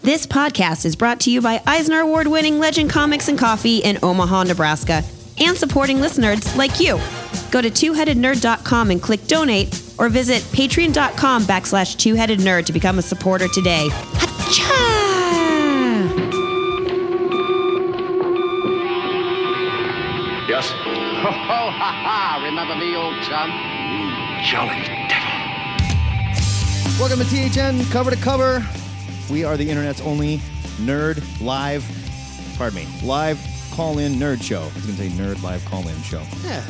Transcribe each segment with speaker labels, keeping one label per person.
Speaker 1: This podcast is brought to you by Eisner Award winning Legend Comics and Coffee in Omaha, Nebraska, and supporting listeners like you. Go to twoheadednerd.com and click donate, or visit patreon.com backslash twoheadednerd to become a supporter today. Hacha!
Speaker 2: Yes.
Speaker 3: Oh, ha, ha. Remember me, old chum?
Speaker 2: Jolly devil.
Speaker 4: Welcome to THN Cover to Cover. We are the internet's only nerd live, pardon me, live call in nerd show. I was going to say nerd live call in show.
Speaker 5: Yeah.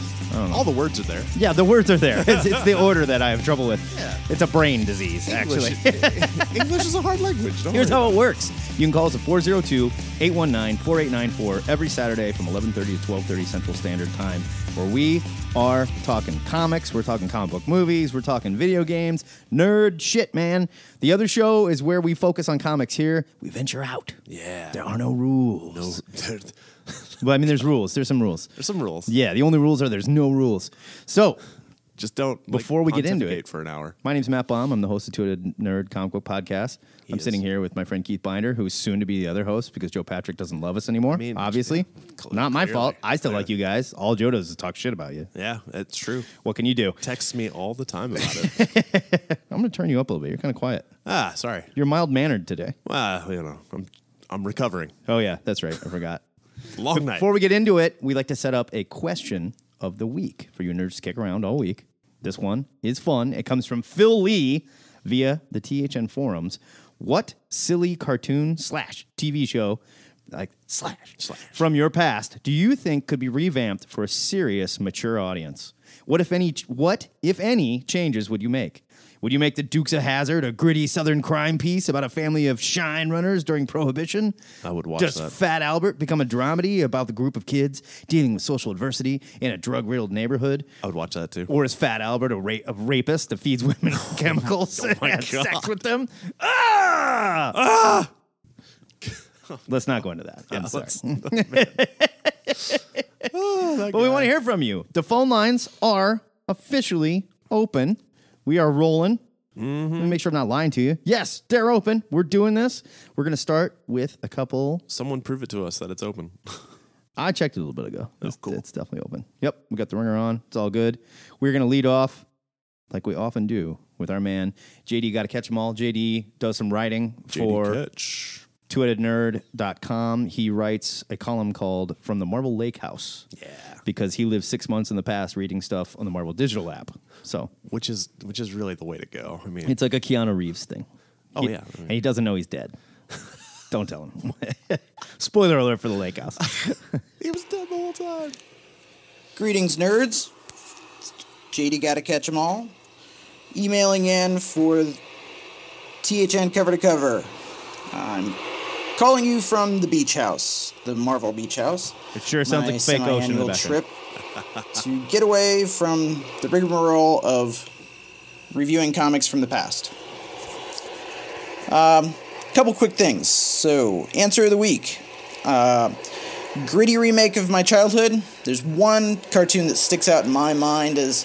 Speaker 5: All the words are there.
Speaker 4: Yeah, the words are there. It's, it's the order that I have trouble with. It's a brain disease, actually.
Speaker 5: Actually, English is a hard language. Don't
Speaker 4: Here's
Speaker 5: worry.
Speaker 4: how it works. You can call us at 402-819-4894 every Saturday from 11:30 to 12:30 Central Standard Time where we are talking comics, we're talking comic book movies, we're talking video games, nerd shit, man. The other show is where we focus on comics here. We venture out.
Speaker 5: Yeah.
Speaker 4: There are no rules.
Speaker 5: There-
Speaker 4: Well, I mean there's rules. There's some rules.
Speaker 5: There's some rules.
Speaker 4: Yeah, the only rules are there's no rules. So,
Speaker 5: Just don't. like,
Speaker 4: Before we get into it.
Speaker 5: pontificate for an hour.
Speaker 4: My name's Matt Baum. I'm the host of Intuited Nerd Comic Book Podcast. I'm
Speaker 5: is.
Speaker 4: sitting here with my friend Keith Binder, who's soon to be the other host because Joe Patrick doesn't love us anymore.
Speaker 5: mean,
Speaker 4: obviously,
Speaker 5: yeah, cl-
Speaker 4: not my
Speaker 5: clearly,
Speaker 4: fault. I still
Speaker 5: clearly.
Speaker 4: like you guys. All Joe does is talk shit about you.
Speaker 5: Yeah, it's true.
Speaker 4: What can you do?
Speaker 5: Texts me all the time about it.
Speaker 4: I'm going to turn you up a little bit. You're kind of quiet.
Speaker 5: ah, sorry.
Speaker 4: You're mild mannered today.
Speaker 5: Well, you know, I'm I'm recovering.
Speaker 4: Oh yeah, that's right. I forgot.
Speaker 5: Long night.
Speaker 4: Before we get into it, we like to set up a question of the week for you nerds to kick around all week. This one is fun. It comes from Phil Lee via the THN forums. What silly cartoon slash TV show, like slash, slash from your past, do you think could be revamped for a serious, mature audience? What if any? What if any changes would you make? Would you make the Dukes of Hazard a gritty Southern crime piece about a family of shine runners during Prohibition?
Speaker 5: I would watch
Speaker 4: Does
Speaker 5: that.
Speaker 4: Fat Albert become a dramedy about the group of kids dealing with social adversity in a drug riddled neighborhood?
Speaker 5: I would watch that too.
Speaker 4: Or is Fat Albert a, ra- a rapist that feeds women chemicals and
Speaker 5: Oh my
Speaker 4: has sex
Speaker 5: God.
Speaker 4: with them? Ah! Let's not go into that. I'm
Speaker 5: let's-
Speaker 4: sorry. but we want to hear from you. The phone lines are officially open. We are rolling.
Speaker 5: Mm-hmm.
Speaker 4: Let me make sure I'm not lying to you. Yes, they're open. We're doing this. We're going to start with a couple
Speaker 5: Someone prove it to us that it's open.
Speaker 4: I checked it a little bit ago. It's,
Speaker 5: Oh, cool.
Speaker 4: it's definitely open. Yep, we got the ringer on. It's all good. We're going to lead off like we often do with our man JD got to catch 'em all. JD does some writing for
Speaker 5: Catch.
Speaker 4: twoheadednerd.com. He writes a column called From the Marvel Lake House. Yeah. Because he lived 6 months in the past reading stuff on the Marvel Digital app. So,
Speaker 5: which is which is really the way to go. I mean,
Speaker 4: it's like a Keanu Reeves thing.
Speaker 5: oh
Speaker 4: He-
Speaker 5: yeah. I mean,
Speaker 4: And he doesn't know he's dead. Don't tell him. Spoiler alert for the lake house.
Speaker 5: he was dead the whole time.
Speaker 6: Greetings, nerds. JD Gotta Catch 'em All. Emailing in for THN cover to cover. I'm calling you from the beach house, the Marvel beach house.
Speaker 4: It sure sounds
Speaker 6: My
Speaker 4: like fake ocean in the
Speaker 6: semi-annual
Speaker 4: background.
Speaker 6: trip to get away from the rigmarole of reviewing comics from the past. Um, couple quick things. So, answer of the week gritty remake of my childhood. There's one cartoon that sticks out in my mind as,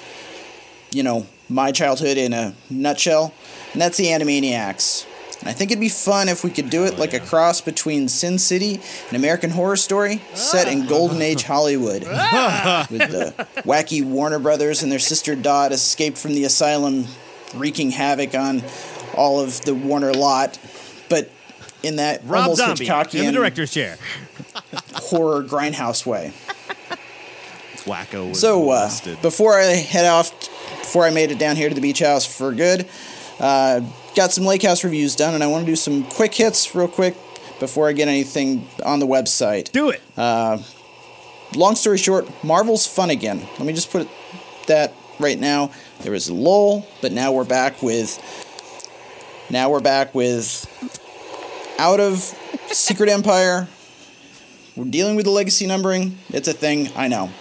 Speaker 6: you know, my childhood in a nutshell, and that's the Animaniacs. And I think it'd be fun if we could do it like a cross between Sin City and American Horror Story, set in Golden Age Hollywood, with the wacky Warner Brothers and their sister Dot escaped from the asylum, wreaking havoc on all of the Warner lot. But in that almost Hitchcockian
Speaker 4: chair.
Speaker 6: horror grindhouse way.
Speaker 5: Wacko. Was
Speaker 6: So uh,
Speaker 5: molested.
Speaker 6: before I head off, before I made it down here to the beach house for good, uh, got some lake house reviews done, and I want to do some quick hits real quick before I get anything on the website.
Speaker 4: Do it.
Speaker 6: Long story short, Marvel's fun again. Let me just put that right now. There was a lull, but now we're back with. Now we're back with. Out of Secret Empire. We're dealing with the legacy numbering. It's a thing, I know.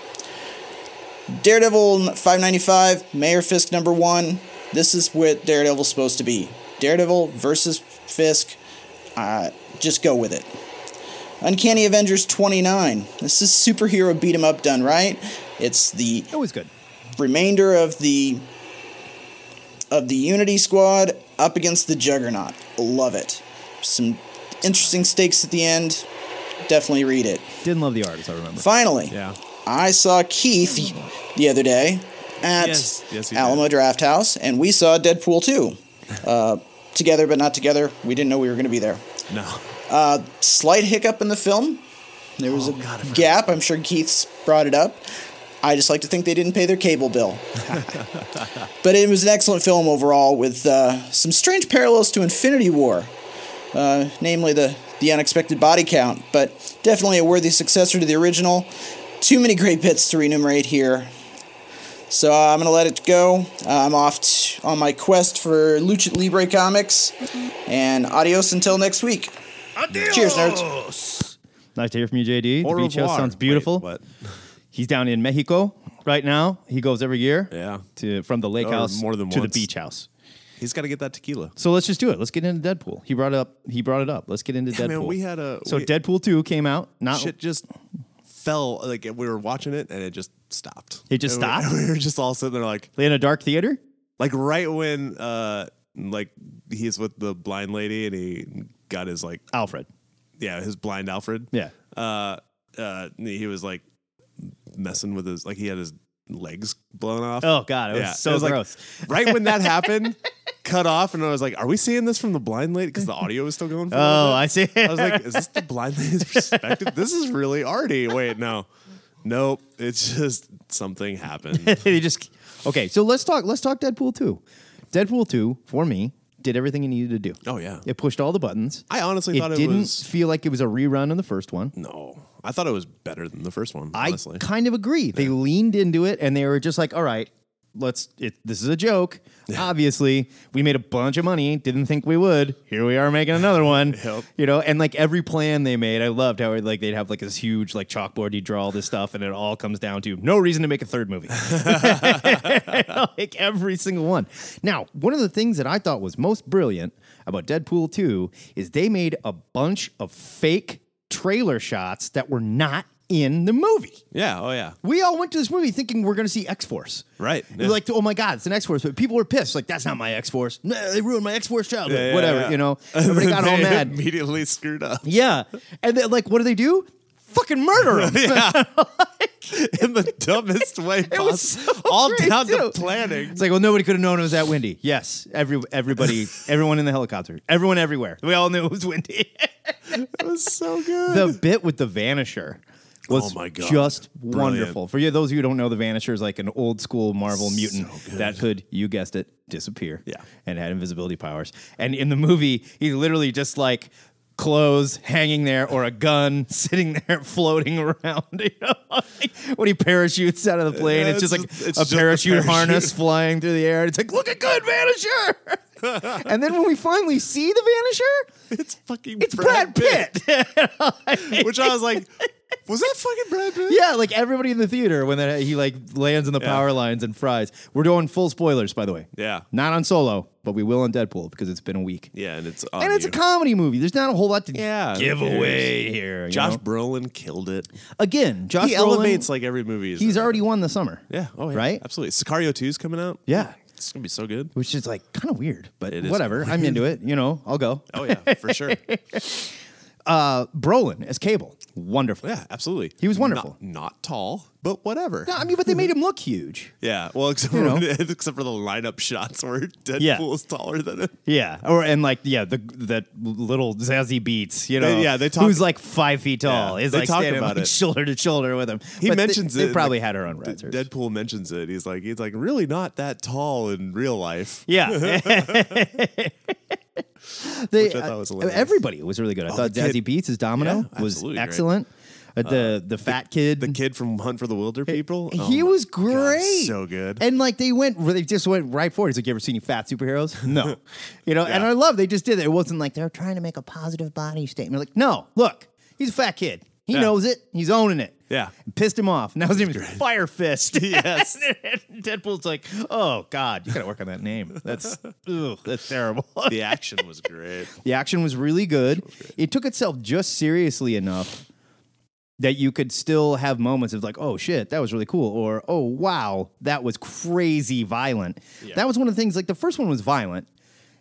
Speaker 6: Daredevil 595, Mayor Fisk number one. This is what Daredevil's supposed to be. Daredevil versus Fisk. Uh, just go with it. Uncanny Avengers 29. This is superhero beat 'em up done right. It's the
Speaker 4: It was good.
Speaker 6: remainder of the of the Unity squad up against the Juggernaut. Love it. Some interesting stakes at the end. Definitely read it.
Speaker 4: Didn't love the artist, I remember.
Speaker 6: Finally,
Speaker 5: Yeah.
Speaker 6: I saw Keith the other day at
Speaker 5: Yes, yes, you
Speaker 6: Alamo
Speaker 5: did.
Speaker 6: Draft House, and we saw Deadpool 2. Uh, together, but not together. We didn't know we were going to be there.
Speaker 5: No.
Speaker 6: Slight hiccup in the film. There was a gap. I'm sure Keith's brought it up. I just like to think they didn't pay their cable bill. but it was an excellent film overall with uh, some strange parallels to Infinity War, uh, namely the, the unexpected body count, but definitely a worthy successor to the original. Too many great bits to enumerate here. So uh, I'm going to let it go. Uh, I'm off t- on my quest for Lucha Libre comics. And adios until next week. Cheers, nerds.
Speaker 4: Nice to hear from you, JD.
Speaker 5: Au
Speaker 4: the beach house
Speaker 5: revoir.
Speaker 4: sounds beautiful.
Speaker 5: Wait, what?
Speaker 4: He's down in Mexico right now. He goes every year.
Speaker 5: Yeah.
Speaker 4: To from the lake
Speaker 5: Or
Speaker 4: house
Speaker 5: more than
Speaker 4: to
Speaker 5: once.
Speaker 4: the beach house.
Speaker 5: He's got to get that tequila.
Speaker 4: So let's just do it. Let's get into Deadpool. He brought it up. He brought it up. Let's get into
Speaker 5: Yeah,
Speaker 4: Deadpool.
Speaker 5: man, we had a-
Speaker 4: so
Speaker 5: we-
Speaker 4: Deadpool two came out. Not
Speaker 5: Shit just fell. Like we were watching it and it just stopped.
Speaker 4: It just
Speaker 5: And we-
Speaker 4: stopped?
Speaker 5: We, were just all sitting there like,
Speaker 4: in a dark theater.
Speaker 5: like right when, uh, like he's with the blind lady and he got his like,
Speaker 4: Alfred.
Speaker 5: yeah, his blind Alfred.
Speaker 4: Uh. Yeah.
Speaker 5: Uh, uh, he was like messing with his, like he had his legs blown off.
Speaker 4: Oh God, it was so
Speaker 5: it was, like,
Speaker 4: gross.
Speaker 5: right when that happened, cut off, and I was like, "Are we seeing this from the blind lady?" Because the audio was still going. For a little
Speaker 4: oh,
Speaker 5: bit.
Speaker 4: I see.
Speaker 5: I was like, "Is this the blind lady's perspective? This is really arty." Wait, no, nope. It's just something happened.
Speaker 4: they just okay. So let's talk. Let's talk Deadpool two. Deadpool two for me did everything it needed to do.
Speaker 5: Oh, yeah.
Speaker 4: it pushed all the buttons.
Speaker 5: I honestly
Speaker 4: it
Speaker 5: thought it
Speaker 4: didn't
Speaker 5: was-
Speaker 4: feel like it was a rerun of the first one.
Speaker 5: no, I thought it was better than the first one.
Speaker 4: I
Speaker 5: Honestly,
Speaker 4: kind of agree. They leaned into it and they were just like, all right, let's, it, this is a joke. Obviously, we made a bunch of money, didn't think we would. Here we are making another one.
Speaker 5: Yep.
Speaker 4: You know, and like every plan they made, I loved how like they'd have like this huge like chalkboard, you draw all this stuff, and it all comes down to no reason to make a third movie. like every single one. Now, one of the things that I thought was most brilliant about Deadpool 2 is they made a bunch of fake trailer shots that were not in the movie.
Speaker 5: yeah, oh yeah,
Speaker 4: We all went to this movie thinking we're going to see X Force.
Speaker 5: Right,
Speaker 4: We're
Speaker 5: yeah.
Speaker 4: Like, oh my God, it's an X Force. But people were pissed. Like, that's not my X Force. No, they ruined my X Force childhood.
Speaker 5: Yeah, yeah,
Speaker 4: Whatever,
Speaker 5: yeah.
Speaker 4: you know. Everybody got all
Speaker 5: They
Speaker 4: mad.
Speaker 5: Immediately screwed up
Speaker 4: Yeah. And then, like, what do they do? Fucking murder him.
Speaker 5: in the dumbest way
Speaker 4: It
Speaker 5: possible.
Speaker 4: was so
Speaker 5: all
Speaker 4: great,
Speaker 5: down to
Speaker 4: too.
Speaker 5: planning.
Speaker 4: It's like, well, nobody could have known it was that windy. Yes, every everybody, everyone in the helicopter, everyone everywhere. We all knew it was windy.
Speaker 5: It was so good.
Speaker 4: the bit with the Vanisher was
Speaker 5: Oh my God.
Speaker 4: just
Speaker 5: Brilliant.
Speaker 4: wonderful. For you, those of you who don't know, the Vanisher is like an old school Marvel mutant that could, you guessed it, disappear.
Speaker 5: Yeah.
Speaker 4: And had invisibility powers. And in the movie, he's literally just like clothes hanging there or a gun sitting there floating around. You know? like when he parachutes out of the plane,
Speaker 5: Yeah,
Speaker 4: it's just
Speaker 5: it's
Speaker 4: like
Speaker 5: just- it's
Speaker 4: a
Speaker 5: just a
Speaker 4: parachute,
Speaker 5: parachute.
Speaker 4: harness flying through the air. It's like, look at good Vanisher. and then when we finally see the Vanisher,
Speaker 5: it's fucking
Speaker 4: it's Brad Pitt.
Speaker 5: which I was like, was that fucking Brad Pitt?
Speaker 4: Yeah, like everybody in the theater when that he like lands in the power lines and fries. We're doing full spoilers, by the way.
Speaker 5: Yeah.
Speaker 4: Not on Solo, but we will on Deadpool because it's been a week.
Speaker 5: Yeah, and it's
Speaker 4: And it's a comedy movie. There's not a whole lot to
Speaker 5: Yeah,
Speaker 4: give
Speaker 5: who cares?
Speaker 4: away here. you
Speaker 5: Josh
Speaker 4: know?
Speaker 5: Brolin killed it.
Speaker 4: again, Josh
Speaker 5: he
Speaker 4: Brolin,
Speaker 5: elevates like every movie. He's,
Speaker 4: he's
Speaker 5: in.
Speaker 4: already won the summer.
Speaker 5: yeah, oh yeah,
Speaker 4: right?
Speaker 5: Absolutely. Sicario 2's coming out.
Speaker 4: Yeah.
Speaker 5: it's gonna be so good.
Speaker 4: Which is like kind of weird, but
Speaker 5: It is
Speaker 4: whatever. I'm into it. You know, I'll go.
Speaker 5: Oh yeah, for sure.
Speaker 4: Brolin as Cable, wonderful.
Speaker 5: Yeah, absolutely.
Speaker 4: He was wonderful.
Speaker 5: Not, not tall, but whatever.
Speaker 4: No, I mean, but they made him look huge.
Speaker 5: yeah, well, except for
Speaker 4: You know.
Speaker 5: except for the lineup shots where Deadpool
Speaker 4: Yeah.
Speaker 5: is taller than him.
Speaker 4: Yeah, or and like yeah, the that little zazzy beats, you know,
Speaker 5: They- yeah, they talk-
Speaker 4: who's like five feet tall
Speaker 5: Yeah,
Speaker 4: is
Speaker 5: they
Speaker 4: like
Speaker 5: talk
Speaker 4: standing
Speaker 5: about
Speaker 4: like
Speaker 5: it.
Speaker 4: shoulder to shoulder with him.
Speaker 5: He
Speaker 4: But they-
Speaker 5: mentions
Speaker 4: they,
Speaker 5: it.
Speaker 4: probably
Speaker 5: like,
Speaker 4: had her on
Speaker 5: D-
Speaker 4: risers.
Speaker 5: Deadpool mentions it. He's like, he's like, really not that tall in real life.
Speaker 4: yeah, they, uh,
Speaker 5: Which I thought was hilarious. Oh,
Speaker 4: everybody was really good. I thought
Speaker 5: the
Speaker 4: Zazzy
Speaker 5: kid-
Speaker 4: Beats as Domino
Speaker 5: Yeah,
Speaker 4: was
Speaker 5: absolutely great.
Speaker 4: excellent. Uh, the the fat kid,
Speaker 5: The kid from Hunt for the Wilder People. Oh
Speaker 4: he
Speaker 5: my
Speaker 4: was
Speaker 5: God, he's
Speaker 4: great,
Speaker 5: so good.
Speaker 4: And like they went, they just went right for it. He's like, "You ever seen any fat superheroes?" No, you know. And I love they just did it. It wasn't like they're trying to make a positive body statement. Like, no, look, he's a fat kid. He
Speaker 5: Yeah.
Speaker 4: knows it. He's owning it.
Speaker 5: Yeah.
Speaker 4: pissed him off. Now his name is Fire Fist. Yes. Deadpool's like, "Oh God, you gotta work on that name. That's ugh, that's terrible."
Speaker 5: the action was great.
Speaker 4: The action was really good. It took itself just seriously enough that you could still have moments of like, oh shit, that was really cool, or oh wow, that was crazy violent. That was one of the things. Like the first one was violent,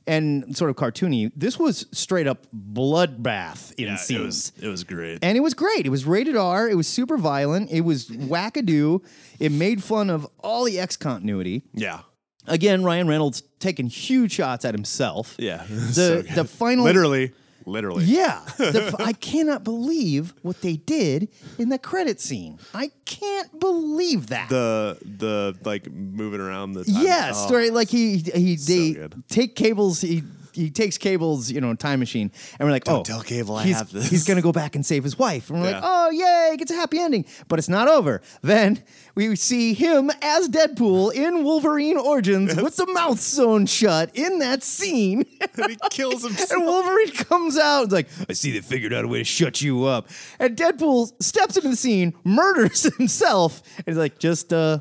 Speaker 4: and sort of cartoony. This was straight up bloodbath in
Speaker 5: Yeah, it
Speaker 4: scenes.
Speaker 5: was it was great.
Speaker 4: And it was great. It was rated R. It was super violent. It was wackadoo. It made fun of all the X continuity.
Speaker 5: yeah,
Speaker 4: Again, Ryan Reynolds taking huge shots at himself.
Speaker 5: yeah.
Speaker 4: The
Speaker 5: So good.
Speaker 4: the final
Speaker 5: literally, literally.
Speaker 4: Yeah. The, I cannot believe what they did in the credit scene. I can't believe that.
Speaker 5: The the like moving around the time.
Speaker 4: yes,
Speaker 5: Oh,
Speaker 4: right. Like he he they
Speaker 5: good.
Speaker 4: take cables. He he takes cables. You know, time machine, and we're like,
Speaker 5: Don't
Speaker 4: oh,
Speaker 5: tell Cable I
Speaker 4: he's,
Speaker 5: have this.
Speaker 4: He's gonna go back and save his wife, and we're
Speaker 5: Yeah.
Speaker 4: like, oh yay, it's a happy ending. But it's not over. Then we see him as Deadpool in Wolverine Origins with the mouth sewn shut in that scene.
Speaker 5: he kills himself.
Speaker 4: And Wolverine comes out and's like, I see they figured out a way to shut you up. And Deadpool steps into the scene, murders himself, and he's like, just uh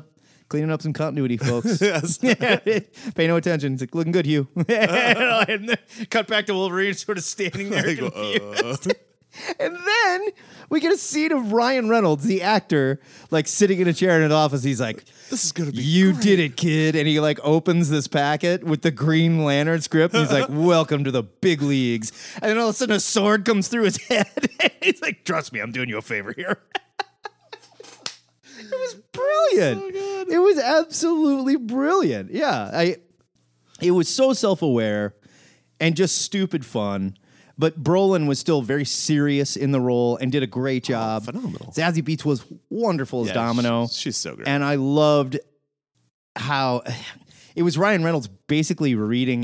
Speaker 4: cleaning up some continuity, folks.
Speaker 5: Yes.
Speaker 4: Pay no attention. He's like, looking good, Hugh. and then cut back to Wolverine sort of standing there.
Speaker 5: Like,
Speaker 4: confused.
Speaker 5: uh,
Speaker 4: And then we get a scene of Ryan Reynolds, the actor, like sitting in a chair in an office. He's like,
Speaker 5: this is gonna be
Speaker 4: you did it, kid. And he like opens this packet with the Green Lantern script. And he's like, Welcome to the big leagues. And then all of a sudden a sword comes through his head. he's like, Trust me, I'm doing you a favor here. it was brilliant.
Speaker 5: Oh,
Speaker 4: it was absolutely brilliant. Yeah. I it was so self-aware and just stupid fun. But Brolin was still very serious in the role and did a great job.
Speaker 5: Oh, phenomenal.
Speaker 4: Zazie Beats was wonderful as
Speaker 5: Yeah,
Speaker 4: Domino.
Speaker 5: she's- she's so great.
Speaker 4: And I loved how it was Ryan Reynolds basically reading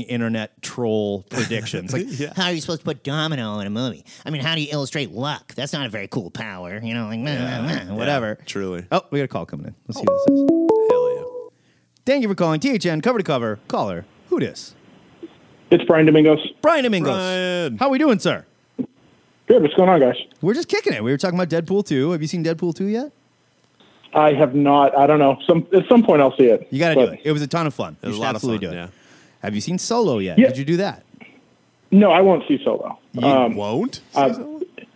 Speaker 4: internet troll predictions. like,
Speaker 5: Yeah.
Speaker 7: How are you supposed to put domino in a movie? I mean, how do you illustrate luck? That's not a very cool power, you know, like meh, meh, meh, whatever.
Speaker 4: whatever.
Speaker 5: Truly.
Speaker 4: Oh, we got a call coming in. Let's see what this is.
Speaker 5: Hell yeah.
Speaker 4: Thank you for calling THN cover to cover. Caller, who dis?
Speaker 8: It's Brian Domingos.
Speaker 4: Brian Domingos.
Speaker 5: Brian.
Speaker 4: How we doing, sir?
Speaker 8: Good. What's going on, guys?
Speaker 4: We're just kicking it. We were talking about Deadpool 2. Have you seen Deadpool 2 yet?
Speaker 8: I have not. I don't know. Some at some point I'll see it.
Speaker 4: You got to
Speaker 8: But
Speaker 4: do it. It was a ton of fun.
Speaker 5: was
Speaker 4: you
Speaker 5: a
Speaker 4: should
Speaker 5: lot of
Speaker 4: absolutely
Speaker 5: fun,
Speaker 4: do it.
Speaker 5: yeah.
Speaker 4: Have you seen Solo yet?
Speaker 8: Yeah.
Speaker 4: Did you do that?
Speaker 8: No, I won't see Solo. Um,
Speaker 5: Won't?
Speaker 8: I-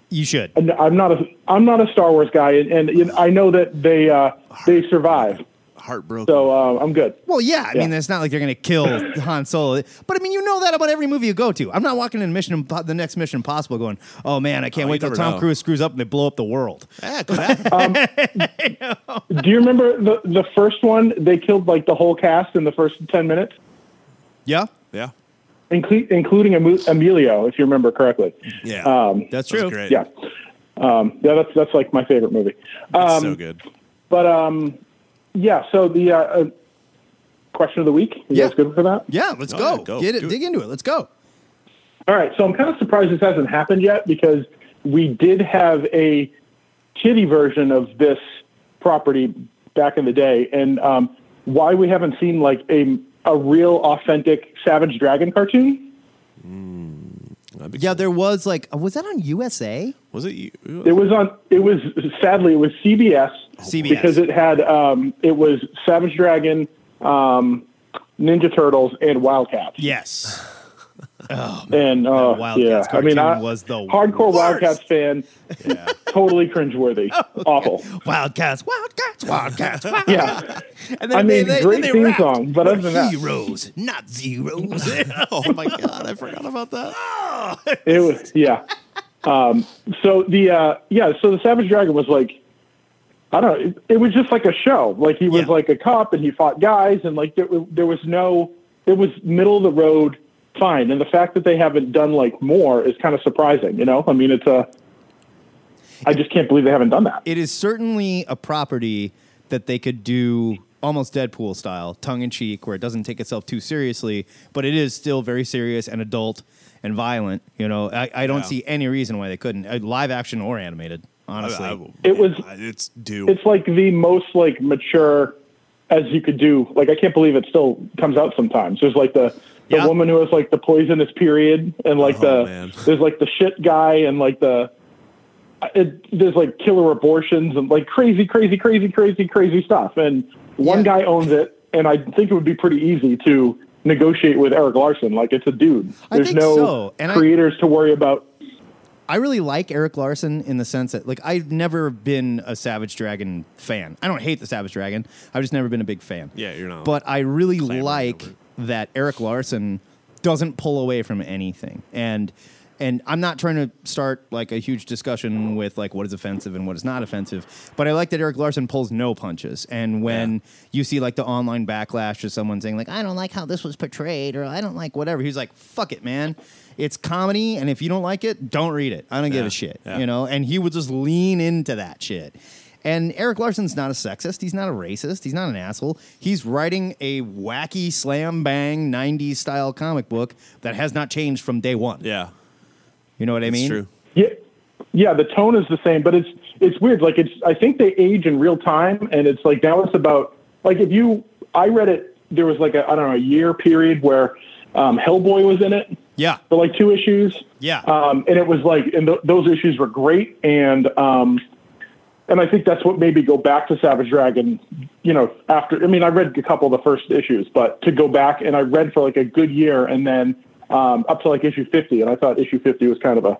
Speaker 4: You should.
Speaker 8: and I'm not a I'm not a Star Wars guy, and, and you know, I know that they uh, they survive,
Speaker 5: Heartbroken.
Speaker 8: so uh, I'm good.
Speaker 4: Well, yeah. I
Speaker 8: Yeah.
Speaker 4: mean, it's not like they're going to kill Han Solo. But I mean, you know that about every movie you go to. I'm not walking in Mission Impo- the next Mission Impossible going, oh man, I can't
Speaker 5: Oh, you
Speaker 4: wait till
Speaker 5: never
Speaker 4: Tom
Speaker 5: know.
Speaker 4: Cruise screws up and they blow up the world.
Speaker 5: Yeah, could happen.
Speaker 8: Do you remember the the first one? They killed like the whole cast in the first ten minutes,
Speaker 4: Yeah.
Speaker 5: yeah.
Speaker 8: inclu- including Emu- Emilio, if you remember correctly.
Speaker 5: Yeah.
Speaker 8: Um,
Speaker 4: That's
Speaker 5: That was
Speaker 4: true.
Speaker 5: great.
Speaker 8: yeah, um, yeah, that's that's like my favorite movie.
Speaker 5: It's
Speaker 8: Um,
Speaker 5: so good.
Speaker 8: But um, yeah. So the uh, uh, question of the week. You
Speaker 4: Yeah.
Speaker 8: guys good for that?
Speaker 4: Yeah, let's
Speaker 5: Oh,
Speaker 4: go.
Speaker 5: yeah, go.
Speaker 4: Get it,
Speaker 5: Do it.
Speaker 4: dig into it. Let's go.
Speaker 8: All right, so I'm kind of surprised this hasn't happened yet because we did have a kitty version of this property back in the day, and um, why we haven't seen like a a real authentic Savage Dragon cartoon?
Speaker 5: That'd be
Speaker 4: Yeah,
Speaker 5: cool.
Speaker 4: there was like, uh, was that on USA?
Speaker 5: was it. You,
Speaker 8: It was on. It was sadly it was CBS,
Speaker 4: CBS.
Speaker 8: because it had um, it was Savage Dragon, um, Ninja Turtles, and Wildcats.
Speaker 4: Yes.
Speaker 8: and uh,
Speaker 4: Wildcats
Speaker 8: yeah, I mean, I
Speaker 4: cartoon was the
Speaker 8: hardcore
Speaker 4: worst.
Speaker 8: Wildcats fan. totally cringeworthy. Awful.
Speaker 4: Wildcats, Wildcats, Wildcats, Wildcats.
Speaker 8: Yeah.
Speaker 4: And
Speaker 8: I mean, great theme
Speaker 4: rapped,
Speaker 8: song, but
Speaker 4: "We're
Speaker 8: other than that-
Speaker 4: heroes, not zeros.
Speaker 5: oh my god, I forgot about that.
Speaker 8: It was yeah. Um, so the uh, yeah, so the Savage Dragon was like I don't know. It, it was just like a show. Like he was
Speaker 4: Yeah.
Speaker 8: like a cop and he fought guys and like there, there was no it was middle of the road fine. And the fact that they haven't done like more is kind of surprising. You know, I mean, it's a I just can't believe they haven't done that.
Speaker 4: it is certainly a property that they could do almost Deadpool style, tongue in cheek, where it doesn't take itself too seriously, but it is still very serious and adult and violent. You know, I, I don't
Speaker 5: Yeah.
Speaker 4: see any reason why they couldn't, uh, live action or animated. Honestly,
Speaker 8: It was-
Speaker 5: It's due.
Speaker 8: It's like the most like mature as you could do. Like I can't believe it still comes out sometimes. There's like the the
Speaker 4: Yeah.
Speaker 8: woman who has like the poisonous period, and like
Speaker 5: Oh,
Speaker 8: the
Speaker 5: man.
Speaker 8: there's like the shit guy, and like the it, there's like killer abortions and like crazy, crazy, crazy, crazy, crazy stuff. And one
Speaker 4: Yeah.
Speaker 8: guy owns it, and I think it would be pretty easy to negotiate with Eric Larson. Like it's a dude.
Speaker 4: I
Speaker 8: There's
Speaker 4: think
Speaker 8: no
Speaker 4: so, and I-
Speaker 8: creators to worry about.
Speaker 4: I really like Eric Larson in the sense that, like, I've never been a Savage Dragon fan. I don't hate the Savage Dragon. I've just never been a big fan.
Speaker 5: Yeah, you're not
Speaker 4: But I really
Speaker 5: clamoring
Speaker 4: like
Speaker 5: over it.
Speaker 4: that Eric Larson doesn't pull away from anything. And and I'm not trying to start like a huge discussion with like what is offensive and what is not offensive, but I like that Eric Larson pulls no punches. And when you see like the online backlash of someone saying like I don't like how this was portrayed or I don't like whatever, he's like fuck it, man. It's comedy, and if you don't like it, don't read it. I don't give
Speaker 5: Yeah.
Speaker 4: a shit,
Speaker 5: Yeah.
Speaker 4: you know. And he would just lean into that shit. And Eric Larson's not a sexist. He's not a racist. He's not an asshole. He's writing a wacky slam bang '90s style comic book that has not changed from day one.
Speaker 5: Yeah,
Speaker 4: You know what I
Speaker 5: it's
Speaker 4: mean?
Speaker 5: true.
Speaker 8: Yeah, yeah. The tone is the same, but it's it's weird. Like it's, I think they age in real time, and it's like now it's about like if you, I read it. There was like a I don't know a year period where um, Hellboy was in it
Speaker 4: Yeah.
Speaker 8: for like two issues.
Speaker 4: Yeah.
Speaker 8: um, and it was like and th- those issues were great, and um, and I think that's what made me go back to Savage Dragon. You know, after I mean, I read a couple of the first issues, but to go back and I read for like a good year, and then um, up to like issue fifty, and I thought issue fifty was kind of a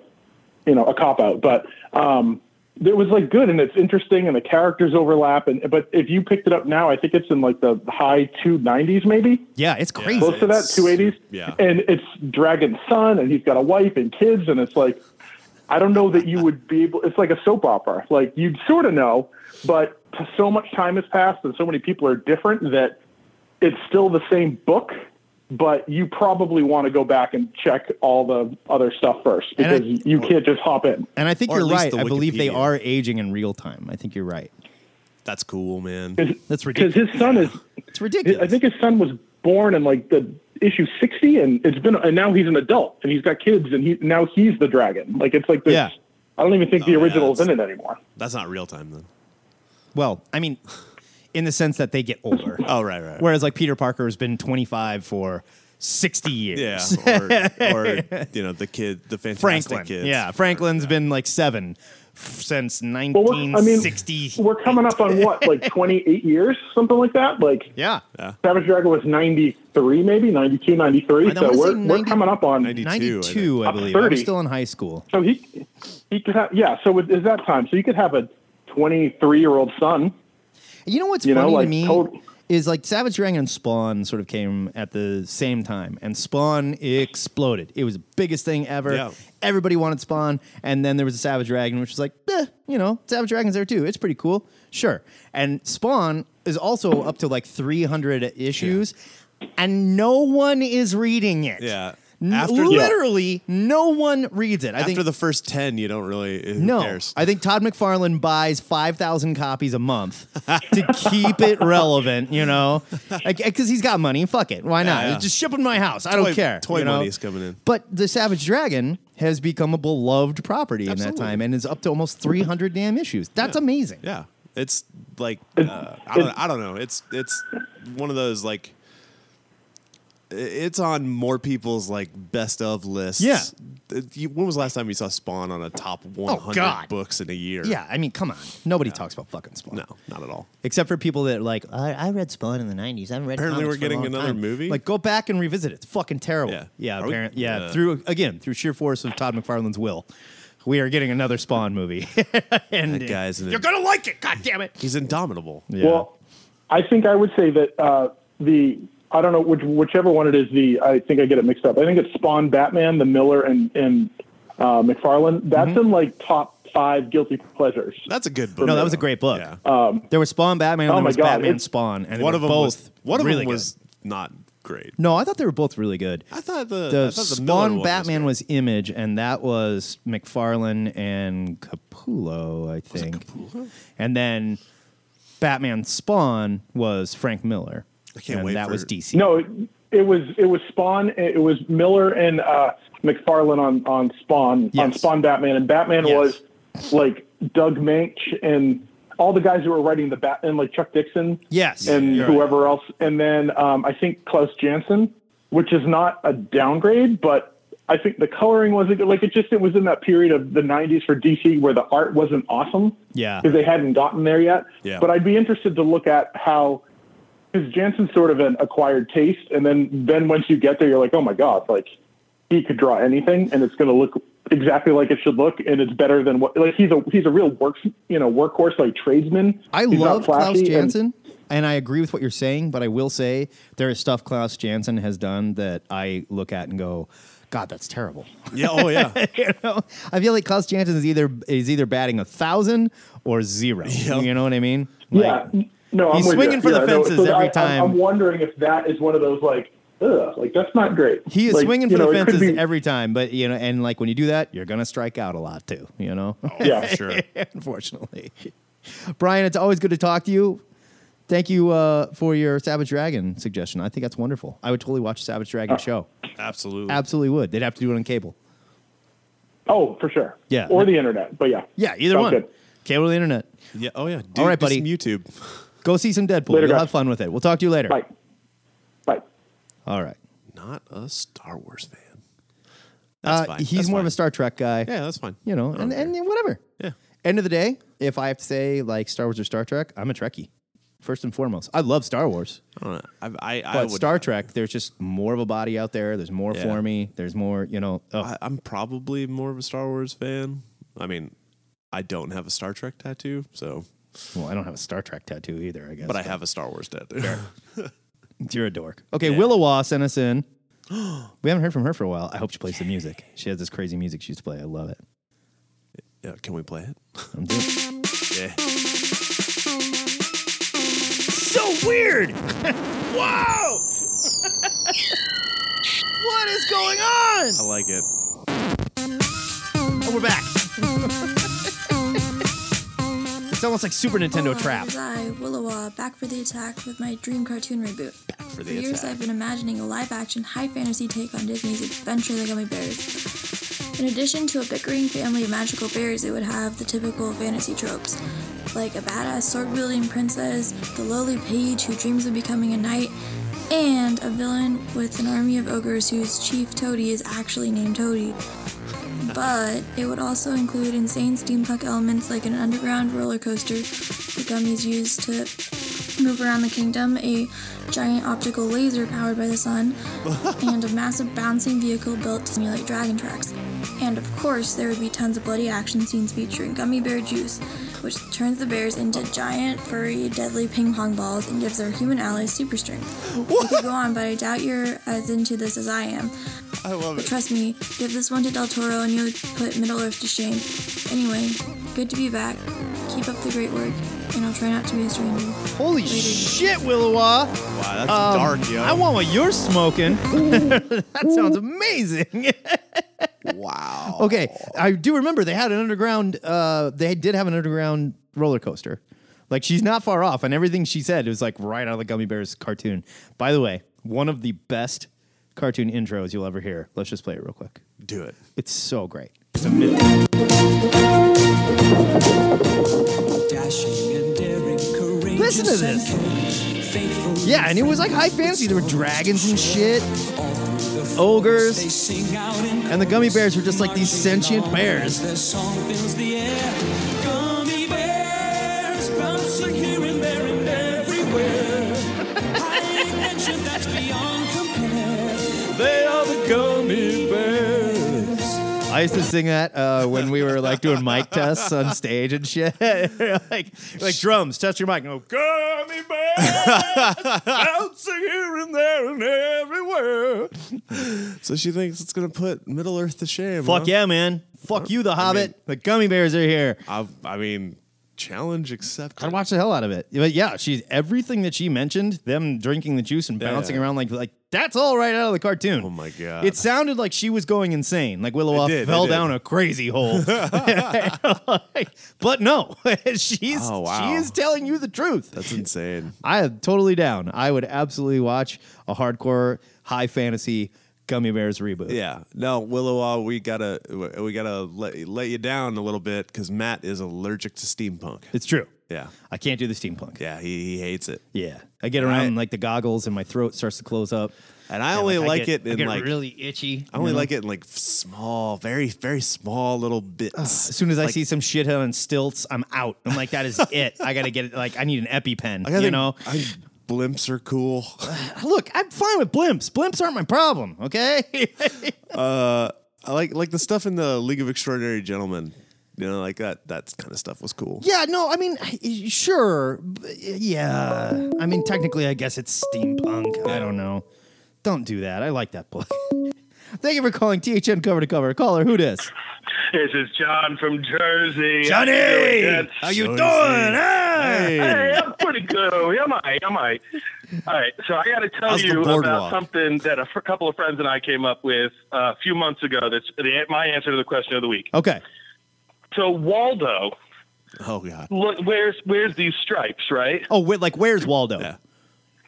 Speaker 8: you know a cop out, but um, it was like good and it's interesting and the characters overlap. And but if you picked it up now, I think it's in like the high two nineties maybe
Speaker 4: yeah, it's crazy.
Speaker 8: close to that
Speaker 5: It's-
Speaker 8: 280s
Speaker 5: yeah.
Speaker 8: and it's dragon's son and he's got a wife and kids and it's like i don't know that you would be able it's like a soap opera like you'd sort of know but so much time has passed and so many people are different that it's still the same book but you probably want to go back and check all the other stuff first
Speaker 4: And I- Oh.
Speaker 8: because you can't just hop in
Speaker 4: And I think
Speaker 5: Or at
Speaker 4: you're
Speaker 5: least
Speaker 4: right.
Speaker 5: the
Speaker 4: I believe they
Speaker 5: Wikipedia.
Speaker 4: are aging in real time. I think you're right.
Speaker 5: That's cool, man.
Speaker 4: That's
Speaker 8: because
Speaker 4: ridiculous.
Speaker 8: his son is
Speaker 4: It's ridiculous.
Speaker 8: I think his son was born in like the issue 60 and it's been and now he's an adult and he's got kids and he now he's the dragon. Like it's like this
Speaker 4: Yeah.
Speaker 8: I don't even think the
Speaker 5: Oh, yeah,
Speaker 8: original's
Speaker 5: it's-
Speaker 8: in it anymore.
Speaker 5: That's not real time then.
Speaker 4: well, I mean, in the sense that they get older.
Speaker 5: Oh right, right.
Speaker 4: Whereas like Peter Parker has been 25 for 60 years.
Speaker 5: yeah, or, or you know the kid, the fantastic
Speaker 4: Franklin.
Speaker 5: kid.
Speaker 4: Yeah, Franklin's been like seven f- since
Speaker 8: But we're, I mean,
Speaker 4: 1960.
Speaker 8: we're coming up on what, like 28 years, something like that? Like
Speaker 4: yeah.
Speaker 8: Savage Dragon was 93, maybe 92, 93.
Speaker 4: I wanna
Speaker 8: So
Speaker 4: say
Speaker 8: we're, we're
Speaker 4: 90
Speaker 8: coming up on
Speaker 5: 92,
Speaker 4: 92, I,
Speaker 8: Up
Speaker 4: believe. I was
Speaker 8: 30.
Speaker 4: still in high school.
Speaker 8: So he, he could have, yeah. So it is that time. So you could have a 23 year old son.
Speaker 4: You know what's
Speaker 8: You know,
Speaker 4: funny to
Speaker 8: like,
Speaker 4: me
Speaker 8: tot-
Speaker 4: is like Savage Dragon and Spawn sort of came at the same time, and Spawn exploded. It was the biggest thing ever.
Speaker 5: Yeah.
Speaker 4: Everybody wanted Spawn, and then there was a Savage Dragon, which was like, eh, you know, Savage Dragon's there too. It's pretty cool, sure. And Spawn is also up to like 300 issues, and no one is reading it.
Speaker 5: Yeah.
Speaker 4: N-
Speaker 5: After-
Speaker 4: literally, no one reads it. I
Speaker 5: After
Speaker 4: think
Speaker 5: the first ten, you don't really who
Speaker 4: no,
Speaker 5: cares?
Speaker 4: I think Todd McFarlane buys five thousand copies a month to keep it relevant. You know, because he's got money. Fuck it, why not?
Speaker 5: Yeah, yeah.
Speaker 4: Just ship it to my house. I don't
Speaker 5: Toy-
Speaker 4: care.
Speaker 5: toy
Speaker 4: you know?
Speaker 5: money's coming in.
Speaker 4: But the Savage Dragon has become a beloved property in that
Speaker 5: Absolutely.
Speaker 4: time, and is up to almost three hundred damn issues. That's amazing.
Speaker 5: Yeah, it's like uh, I don't I don't know. It's it's one of those like i- it's on more people's like best of lists.
Speaker 4: Yeah. Oh,
Speaker 5: It- you- When was the last time you saw Spawn on a top 100
Speaker 4: God.
Speaker 5: books in a year?
Speaker 4: Yeah, I mean, come on. Nobody talks about fucking Spawn.
Speaker 5: No, not at all.
Speaker 4: Except for people that like,
Speaker 7: I, I read Spawn in the 90s. I haven't read
Speaker 5: Apparently,
Speaker 7: comics
Speaker 5: we're
Speaker 7: for a
Speaker 5: getting
Speaker 7: long
Speaker 5: another
Speaker 7: time.
Speaker 5: movie.
Speaker 4: like go back and revisit it. It's fucking terrible.
Speaker 5: Yeah.
Speaker 4: yeah,
Speaker 5: Are we-
Speaker 4: apparent- yeah.
Speaker 5: uh,
Speaker 4: through again through sheer force of Todd McFarlane's will, we are getting another Spawn movie. and
Speaker 5: That guy's an-
Speaker 4: you're gonna like it. God damn it.
Speaker 5: he's indomitable.
Speaker 4: Yeah.
Speaker 8: Well, I think I would say that uh, the I don't know which, whichever one it is. The I think I get it mixed up. I think it's Spawn, Batman, the Miller, and and uh, McFarlane. That's in like top five guilty pleasures.
Speaker 5: That's a good book.
Speaker 4: no, that was a great book.
Speaker 5: Yeah.
Speaker 4: there was Spawn Batman. And
Speaker 8: oh
Speaker 4: there
Speaker 8: my
Speaker 4: was
Speaker 8: God,
Speaker 4: Batman
Speaker 8: it's-
Speaker 4: Spawn, and they
Speaker 5: one
Speaker 4: were
Speaker 5: of them
Speaker 4: both
Speaker 5: was one of
Speaker 4: really
Speaker 5: them was
Speaker 4: good.
Speaker 5: not great.
Speaker 4: No, I thought they were both really good.
Speaker 5: I thought the,
Speaker 4: the
Speaker 5: I thought the Miller one
Speaker 4: Spawn
Speaker 5: was
Speaker 4: Batman
Speaker 5: good.
Speaker 4: was, Image, and that was McFarlane and Capullo, I think. And then Batman Spawn was Frank Miller.
Speaker 5: I can't
Speaker 4: and
Speaker 5: wait
Speaker 4: That
Speaker 5: for-
Speaker 4: was DC.
Speaker 8: No, it, it was it was Spawn. It was Miller and uh, McFarlane on on Spawn on
Speaker 4: Yes.
Speaker 8: Spawn Batman, and Batman
Speaker 4: Yes.
Speaker 8: was like Doug Manch and all the guys who were writing the Bat and like Chuck Dixon.
Speaker 4: Yes.
Speaker 8: and
Speaker 4: You're right.
Speaker 8: whoever else. And then um, I think Klaus Janson, which is not a downgrade, but I think the coloring wasn't good. Like it just it was in that period of the '90s for DC where the art wasn't awesome.
Speaker 4: Yeah.
Speaker 8: because they hadn't gotten there yet.
Speaker 5: Yeah.
Speaker 8: But I'd be interested to look at how. Because Jansen's sort of an acquired taste, and then then once you get there, you're like, oh my god, like he could draw anything, and it's going to look exactly like it should look, and it's better than what like he's a he's a real works you know workhorse like tradesman.
Speaker 4: I
Speaker 8: He's not
Speaker 4: love Klaus
Speaker 8: flashy, and-
Speaker 4: Jansen. and I agree with what you're saying, but I will say there is stuff Klaus Janson has done that I look at and go, God, that's terrible.
Speaker 5: Yeah. Oh yeah.
Speaker 4: you know, I feel like Klaus Janson is either is either batting a thousand or zero. You know what I mean?
Speaker 8: Yeah.
Speaker 4: Like,
Speaker 8: no, I'm
Speaker 4: he's
Speaker 8: with
Speaker 4: swinging
Speaker 8: you.
Speaker 4: for the
Speaker 8: Yeah, no,
Speaker 4: fences
Speaker 8: so
Speaker 4: every
Speaker 8: I- I'm-
Speaker 4: time.
Speaker 8: I'm wondering if that is one of those like, ugh, like that's not great.
Speaker 4: He is
Speaker 8: Like,
Speaker 4: swinging
Speaker 8: you
Speaker 4: for
Speaker 8: know,
Speaker 4: the
Speaker 8: it could
Speaker 4: fences
Speaker 8: be-
Speaker 4: every time, but you know, and like when you do that, you're gonna strike out a lot too. You know,
Speaker 8: Yeah.
Speaker 5: Sure.
Speaker 4: unfortunately. Brian, it's always good to talk to you. Thank you uh, for your Savage Dragon suggestion. I think that's wonderful. I would totally watch Savage Dragon show.
Speaker 5: Absolutely.
Speaker 4: Absolutely would. They'd have to do it on cable.
Speaker 8: Oh, for sure.
Speaker 4: Yeah.
Speaker 8: Or the internet, but yeah.
Speaker 4: Yeah, either
Speaker 8: Sounds
Speaker 4: one.
Speaker 8: good.
Speaker 4: Cable or the internet.
Speaker 5: Yeah. Oh yeah. Dude,
Speaker 4: All right,
Speaker 5: do
Speaker 4: buddy.
Speaker 5: some YouTube.
Speaker 4: Go see some Deadpool.
Speaker 8: Later,
Speaker 4: You'll
Speaker 8: guys.
Speaker 4: have fun with it. We'll talk to you later.
Speaker 8: Bye. Bye.
Speaker 4: All right.
Speaker 5: Not a Star Wars fan. That's
Speaker 4: Uh,
Speaker 5: fine.
Speaker 4: He's
Speaker 5: That's
Speaker 4: more of
Speaker 5: fine.
Speaker 4: a Star Trek guy.
Speaker 5: Yeah, that's fine.
Speaker 4: You know,
Speaker 5: I
Speaker 4: and,
Speaker 5: don't
Speaker 4: and whatever.
Speaker 5: Yeah.
Speaker 4: End of the day, if I have to say like Star Wars or Star Trek, I'm a Trekkie. First and foremost, I love Star Wars,
Speaker 5: I don't know. I, I, I
Speaker 4: but
Speaker 5: would,
Speaker 4: Star Trek, there's just more of a body out there. There's more
Speaker 5: Yeah.
Speaker 4: for me. There's more, you know. oh, ugh.
Speaker 5: I, I'm probably more of a Star Wars fan. I mean, I don't have a Star Trek tattoo, so
Speaker 4: well, I don't have a Star Trek tattoo either, I guess.
Speaker 5: but I have a Star Wars tattoo.
Speaker 4: You're a dork. Okay, Willowa sent us in. we haven't heard from her for a while. I hope she plays the music. She has this crazy music she used to play. I love it.
Speaker 5: yeah, can we play it?
Speaker 4: I'm doing it.
Speaker 5: Yeah.
Speaker 7: So weird! Whoa! what is going on?
Speaker 5: I like it.
Speaker 7: Oh, we're back.
Speaker 4: It's almost like Super Nintendo
Speaker 9: Trap. I, Willowa, back for the attack with my dream cartoon reboot. Back for
Speaker 5: the
Speaker 9: years,
Speaker 5: attack.
Speaker 9: I've been imagining a live action, high fantasy take on Disney's Adventure of the Gummy Bears. In addition to a bickering family of magical bears, it would have the typical fantasy tropes, like a badass sword wielding princess, the lowly page who dreams of becoming a knight, and a villain with an army of ogres whose chief Toady is actually named Toady but it would also include insane steampunk elements like an underground roller coaster the gummies use to move around the kingdom, a giant optical laser powered by the sun, and a massive bouncing vehicle built to simulate dragon tracks. And of course, there would be tons of bloody action scenes featuring gummy bear juice, which turns the bears into giant, furry, deadly ping pong balls and gives their human allies super strength. I could go on, but I doubt you're as into this as I am.
Speaker 5: I love
Speaker 9: But
Speaker 5: it.
Speaker 9: trust me, give this one to Del Toro and you'll put Middle Earth to shame. Anyway, good to be back. Keep up the great work, and I'll try not to be a stranger.
Speaker 4: Holy shit, Willowa!
Speaker 5: Wow, that's
Speaker 4: Um,
Speaker 5: dark, yo.
Speaker 4: I want what you're smoking. that sounds amazing.
Speaker 5: wow.
Speaker 4: okay, I do remember they had an underground. Uh, they did have an underground roller coaster. Like she's not far off, and everything she said was like right out of the Gummy Bears cartoon. By the way, one of the best cartoon intros you'll ever hear. Let's just play it real quick.
Speaker 5: Do it.
Speaker 4: It's so great.
Speaker 10: Dashing and daring, courageous
Speaker 4: Listen to this.
Speaker 10: this. Faithful
Speaker 4: Yeah, and it was like high fantasy. There were dragons and shit, ogres.
Speaker 10: They sing out in
Speaker 4: And the gummy bears were just like these sentient bears.
Speaker 10: their song fills the air. Gummy bears bouncing here and there and everywhere. High adventure that's beyond compare. They are the gummy bears.
Speaker 4: I used to sing that uh, when we were like doing mic tests on stage and shit. like, like drums, test your mic. And go, gummy bears, bouncing here and there and everywhere.
Speaker 5: So she thinks it's gonna put Middle Earth to shame. huh?
Speaker 4: Fuck yeah, man. Fuck you, the Hobbit. the gummy bears are here.
Speaker 5: I, I mean, challenge accepted.
Speaker 4: I'd watch the hell out of it. But yeah, she's everything that she mentioned, them drinking the juice and
Speaker 5: Yeah.
Speaker 4: bouncing around like like that's all right out of the cartoon.
Speaker 5: Oh my God.
Speaker 4: It sounded like she was going insane. Like Willow
Speaker 5: It did, it
Speaker 4: fell
Speaker 5: did.
Speaker 4: down a crazy hole. but no, she's
Speaker 5: Oh, wow.
Speaker 4: she is telling you the truth.
Speaker 5: That's insane.
Speaker 4: I am totally down. I would absolutely watch a hardcore high fantasy gummy bears reboot.
Speaker 5: Yeah. No, Willow, uh, we gotta we gotta let, let you down a little bit because Matt is allergic to steampunk.
Speaker 4: It's true.
Speaker 5: Yeah.
Speaker 4: I can't do the steampunk.
Speaker 5: Yeah, he, he hates it.
Speaker 4: Yeah. I get around
Speaker 5: I-
Speaker 4: like the goggles and my throat starts to close up.
Speaker 5: And I only
Speaker 4: I
Speaker 5: like
Speaker 4: get-
Speaker 5: it
Speaker 4: I
Speaker 5: in
Speaker 4: get
Speaker 5: like
Speaker 4: really itchy.
Speaker 5: I only like it in like small, very, very small little bits.
Speaker 4: As soon as I see some shit on stilts, I'm out. I'm like, that is it. I gotta get it. Like, I need an EpiPen. you know,
Speaker 5: I, think blimps are cool.
Speaker 4: look, I'm fine with blimps. Blimps aren't my problem. Okay.
Speaker 5: I like like the stuff in the League of Extraordinary Gentlemen. You know, like that that kind of stuff was cool.
Speaker 4: Yeah, no, I mean, y- sure. b- Yeah. I mean, technically, I guess it's steampunk. I don't know. Don't do that. I like that book. Thank you for calling THN cover to cover. Caller, who dis?
Speaker 11: This is John from Jersey.
Speaker 4: Johnny!
Speaker 11: How you
Speaker 4: How you
Speaker 11: doing?
Speaker 4: Jersey. doing? Hey!
Speaker 11: Hey, I'm pretty good. over here. I'm all right. I'm all right. All right. So I got to tell
Speaker 5: How's the
Speaker 11: you
Speaker 5: boardwalk?
Speaker 11: about something that a f- couple of friends and I came up with uh, a few months ago. That's the, my answer to the question of the week.
Speaker 4: Okay.
Speaker 11: So Waldo,
Speaker 5: Oh god.
Speaker 11: look, where's where's these stripes, right?
Speaker 4: Oh, wait, like, where's Waldo?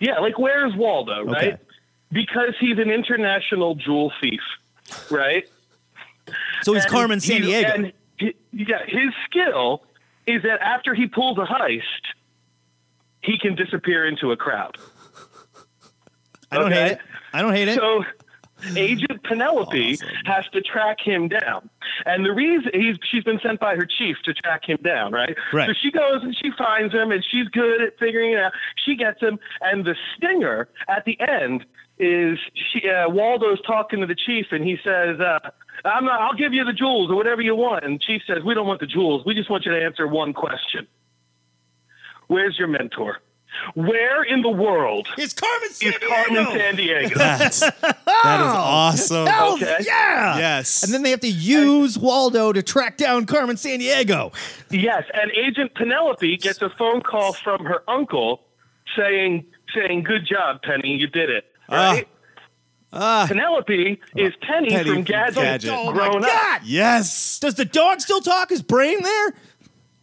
Speaker 11: Yeah, like where's Waldo,
Speaker 4: Okay.
Speaker 11: right? Because he's an international jewel thief, right?
Speaker 4: So he's
Speaker 11: And
Speaker 4: Carmen
Speaker 11: he-
Speaker 4: Sandiego.
Speaker 11: and hi- yeah, his skill is that after he pulls a heist, he can disappear into a crowd.
Speaker 4: I don't
Speaker 11: okay.
Speaker 4: hate it. I don't hate it.
Speaker 11: So Agent Penelope has to track him down. And the reason he's she's been sent by her chief to track him down, right?
Speaker 10: Right.
Speaker 11: So she goes and she finds him and she's good at figuring it out. She gets him and the stinger at the end is she uh, Waldo's talking to the chief and he says uh I'm not, I'll give you the jewels or whatever you want. And Chief says, We don't want the jewels. We just want you to answer one question Where's your mentor? Where in the world
Speaker 10: It's Carmen
Speaker 11: is Carmen Sandiego?
Speaker 5: That's, that is awesome.
Speaker 4: Hell
Speaker 11: okay.
Speaker 4: yeah!
Speaker 5: Yes.
Speaker 4: And then they have to use Waldo to track down Carmen Sandiego.
Speaker 11: Yes, and Agent Penelope gets a phone call from her uncle saying saying good job Penny, you did it. Right? Penelope is Penny,
Speaker 5: Ah. Penny
Speaker 11: from
Speaker 5: from
Speaker 11: Gadget,
Speaker 5: Gadget. Oh,
Speaker 4: my
Speaker 11: grown up.
Speaker 4: God!
Speaker 5: yes.
Speaker 4: Does the dog still talk his brain there?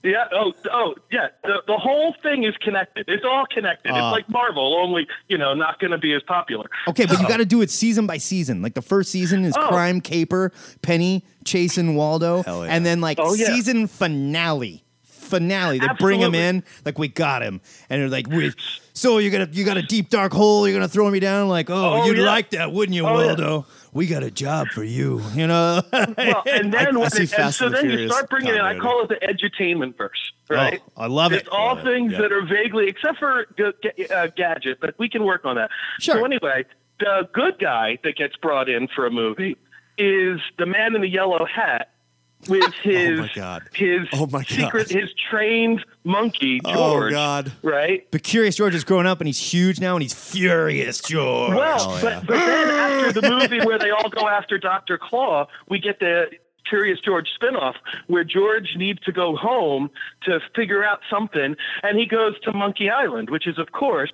Speaker 11: Yeah. Oh. Oh. Yeah. The, the whole thing is connected. It's all connected.
Speaker 4: Ah.
Speaker 11: it's like Marvel, only you know, not going to be as popular.
Speaker 4: Okay, but you got to do it season by season. Like the first season is
Speaker 11: Oh.
Speaker 4: Crime Caper, Penny chasing Waldo,
Speaker 5: Hell yeah.
Speaker 4: and then like
Speaker 11: Oh, yeah.
Speaker 4: season finale, finale. They bring him
Speaker 11: Absolutely.
Speaker 4: in, like we got him, and they're like, "Wait, so you're gonna you got a deep dark hole? You're gonna throw me down? Like, oh,
Speaker 11: Oh,
Speaker 4: you'd
Speaker 11: yeah.
Speaker 4: like that, wouldn't you,
Speaker 11: Oh, yeah.
Speaker 4: Waldo? We got a job for you, you know."
Speaker 11: Well, and
Speaker 5: I-
Speaker 11: then
Speaker 5: I
Speaker 11: when
Speaker 5: see
Speaker 11: it, and
Speaker 5: Fast
Speaker 11: so
Speaker 5: and the
Speaker 11: then you
Speaker 5: Furious
Speaker 11: start bringing in, I
Speaker 5: continuity.
Speaker 11: call it the edutainment verse, right?
Speaker 4: Oh, I love
Speaker 11: it's
Speaker 4: it.
Speaker 11: all
Speaker 5: Yeah,
Speaker 11: things
Speaker 5: yeah.
Speaker 11: that are vaguely, except for g- g- uh, gadget, but we can work on that.
Speaker 4: Sure.
Speaker 11: So anyway, the good guy that gets brought in for a movie is the man in the yellow hat with
Speaker 4: Oh,
Speaker 11: his
Speaker 5: Oh my God.
Speaker 11: his
Speaker 5: Oh, my God.
Speaker 11: secret his trained monkey
Speaker 5: Oh,
Speaker 11: George.
Speaker 5: God.
Speaker 11: Right.
Speaker 4: But Curious George has grown up and he's huge now and he's furious, George. Oh,
Speaker 11: Well, but, but then after the movie where they all go after Dr. Claw, we get the Curious George spinoff where George needs to go home to figure out something, and he goes to Monkey Island, which is, of course,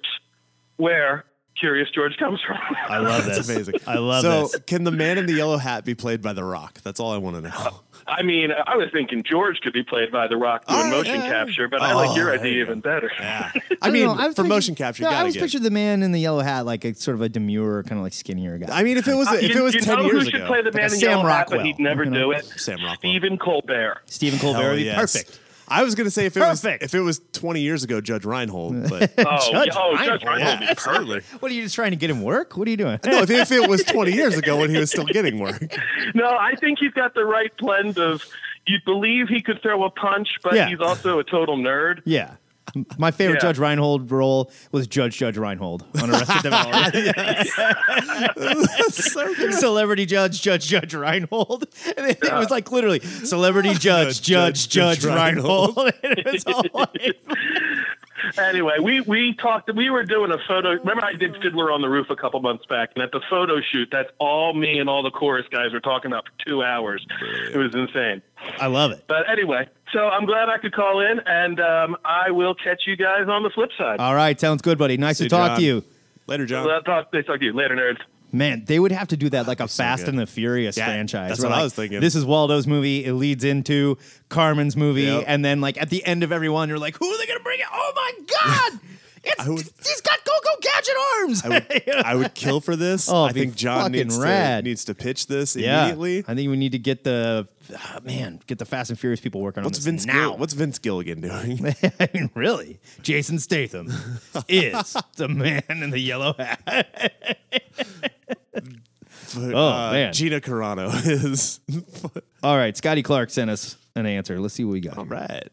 Speaker 11: where Curious George comes from.
Speaker 4: I love
Speaker 5: That's
Speaker 4: this.
Speaker 5: amazing.
Speaker 4: I love
Speaker 5: so
Speaker 4: this.
Speaker 5: can the man in the yellow hat be played by The Rock? That's all I want to know.
Speaker 11: I mean, I was thinking George could be played by The Rock doing
Speaker 5: Oh,
Speaker 11: motion
Speaker 5: yeah.
Speaker 11: capture, but I
Speaker 5: Oh,
Speaker 11: like your
Speaker 5: there you
Speaker 11: idea
Speaker 5: go.
Speaker 11: even better.
Speaker 5: Yeah.
Speaker 4: I
Speaker 5: I
Speaker 4: don't
Speaker 5: mean,
Speaker 4: know, I was
Speaker 5: for
Speaker 4: thinking-
Speaker 5: motion capture,
Speaker 4: no,
Speaker 5: you gotta
Speaker 4: I was
Speaker 5: get.
Speaker 4: pictured the man in the yellow hat, like a sort of a demure, kind of like skinnier guy.
Speaker 5: I mean, if it was
Speaker 11: Uh,
Speaker 5: if
Speaker 11: you
Speaker 5: it was
Speaker 11: you
Speaker 5: ten
Speaker 11: know who
Speaker 5: years
Speaker 11: should
Speaker 5: ago,
Speaker 11: play the
Speaker 4: like
Speaker 11: man
Speaker 4: a
Speaker 11: in
Speaker 4: Sam
Speaker 11: yellow hat,
Speaker 4: Rockwell.
Speaker 11: but he'd never
Speaker 4: You know,
Speaker 11: do it?
Speaker 5: Sam Rockwell.
Speaker 11: Stephen Colbert.
Speaker 4: Stephen
Speaker 5: Hell
Speaker 4: Colbert would be
Speaker 5: yes.
Speaker 4: perfect.
Speaker 5: I was gonna say if it
Speaker 4: Perfect.
Speaker 5: was if it was twenty years ago, Judge Reinhold, but
Speaker 11: Oh,
Speaker 4: Judge
Speaker 11: yeah, oh,
Speaker 4: Reinhold.
Speaker 11: Judge Reinhold would
Speaker 5: Yeah.
Speaker 11: be perfect.
Speaker 4: What are you just trying to get him work? What are you doing?
Speaker 5: no, if, if it was twenty years ago when he was still getting work,
Speaker 11: No, I think he's got the right blend of you believe he could throw a punch, but
Speaker 4: Yeah.
Speaker 11: he's also a total nerd.
Speaker 4: Yeah. My favorite
Speaker 11: Yeah.
Speaker 4: Judge Reinhold role was Judge Judge Reinhold on Arrested Development. Celebrity Judge Judge Judge Reinhold. And it, it was like literally Celebrity Judge
Speaker 5: Judge,
Speaker 4: Judge Judge,
Speaker 5: Judge
Speaker 4: Reinhold. And it was all like-
Speaker 11: Anyway, we we talked. We were doing a photo. Remember, I did Fiddler on the Roof a couple months back, and at the photo shoot, that's all me and all the chorus guys were talking about for two hours. It was insane.
Speaker 4: I love it.
Speaker 11: But anyway, so I'm glad I could call in, and um, I will catch you guys on the flip side.
Speaker 4: All right, sounds good, buddy. Nice to
Speaker 5: Hey,
Speaker 4: talk
Speaker 5: John.
Speaker 4: to you.
Speaker 5: later, John.
Speaker 11: Well, I'll talk, I'll talk to you later, nerds.
Speaker 4: Man, they would have to do that like a
Speaker 5: so
Speaker 4: Fast
Speaker 5: good.
Speaker 4: and the Furious
Speaker 5: Yeah,
Speaker 4: franchise.
Speaker 5: that's
Speaker 4: where,
Speaker 5: what I
Speaker 4: like,
Speaker 5: was thinking.
Speaker 4: This is Waldo's movie. It leads into Carmen's movie,
Speaker 5: Yep.
Speaker 4: and then like at the end of every one, you're like, "Who are they gonna bring it? Oh my god! It's
Speaker 5: I would-
Speaker 4: he's got Coco Gadget arms."
Speaker 5: I would, I would kill for this.
Speaker 4: Oh,
Speaker 5: I
Speaker 4: it'd be
Speaker 5: think John
Speaker 4: fucking
Speaker 5: needs
Speaker 4: rad.
Speaker 5: to needs to pitch this
Speaker 4: yeah,
Speaker 5: immediately.
Speaker 4: I think we need to get the ah, man, get the Fast and Furious people working
Speaker 5: What's
Speaker 4: on this
Speaker 5: Vince
Speaker 4: now.
Speaker 5: Gill- what's Vince Gilligan doing?
Speaker 4: I mean, really, Jason Statham is the man in the yellow hat.
Speaker 5: But,
Speaker 4: Oh,
Speaker 5: uh,
Speaker 4: man.
Speaker 5: Gina Carano is
Speaker 4: All right, Scotty Clark sent us an answer. Let's see what we got.
Speaker 5: all right.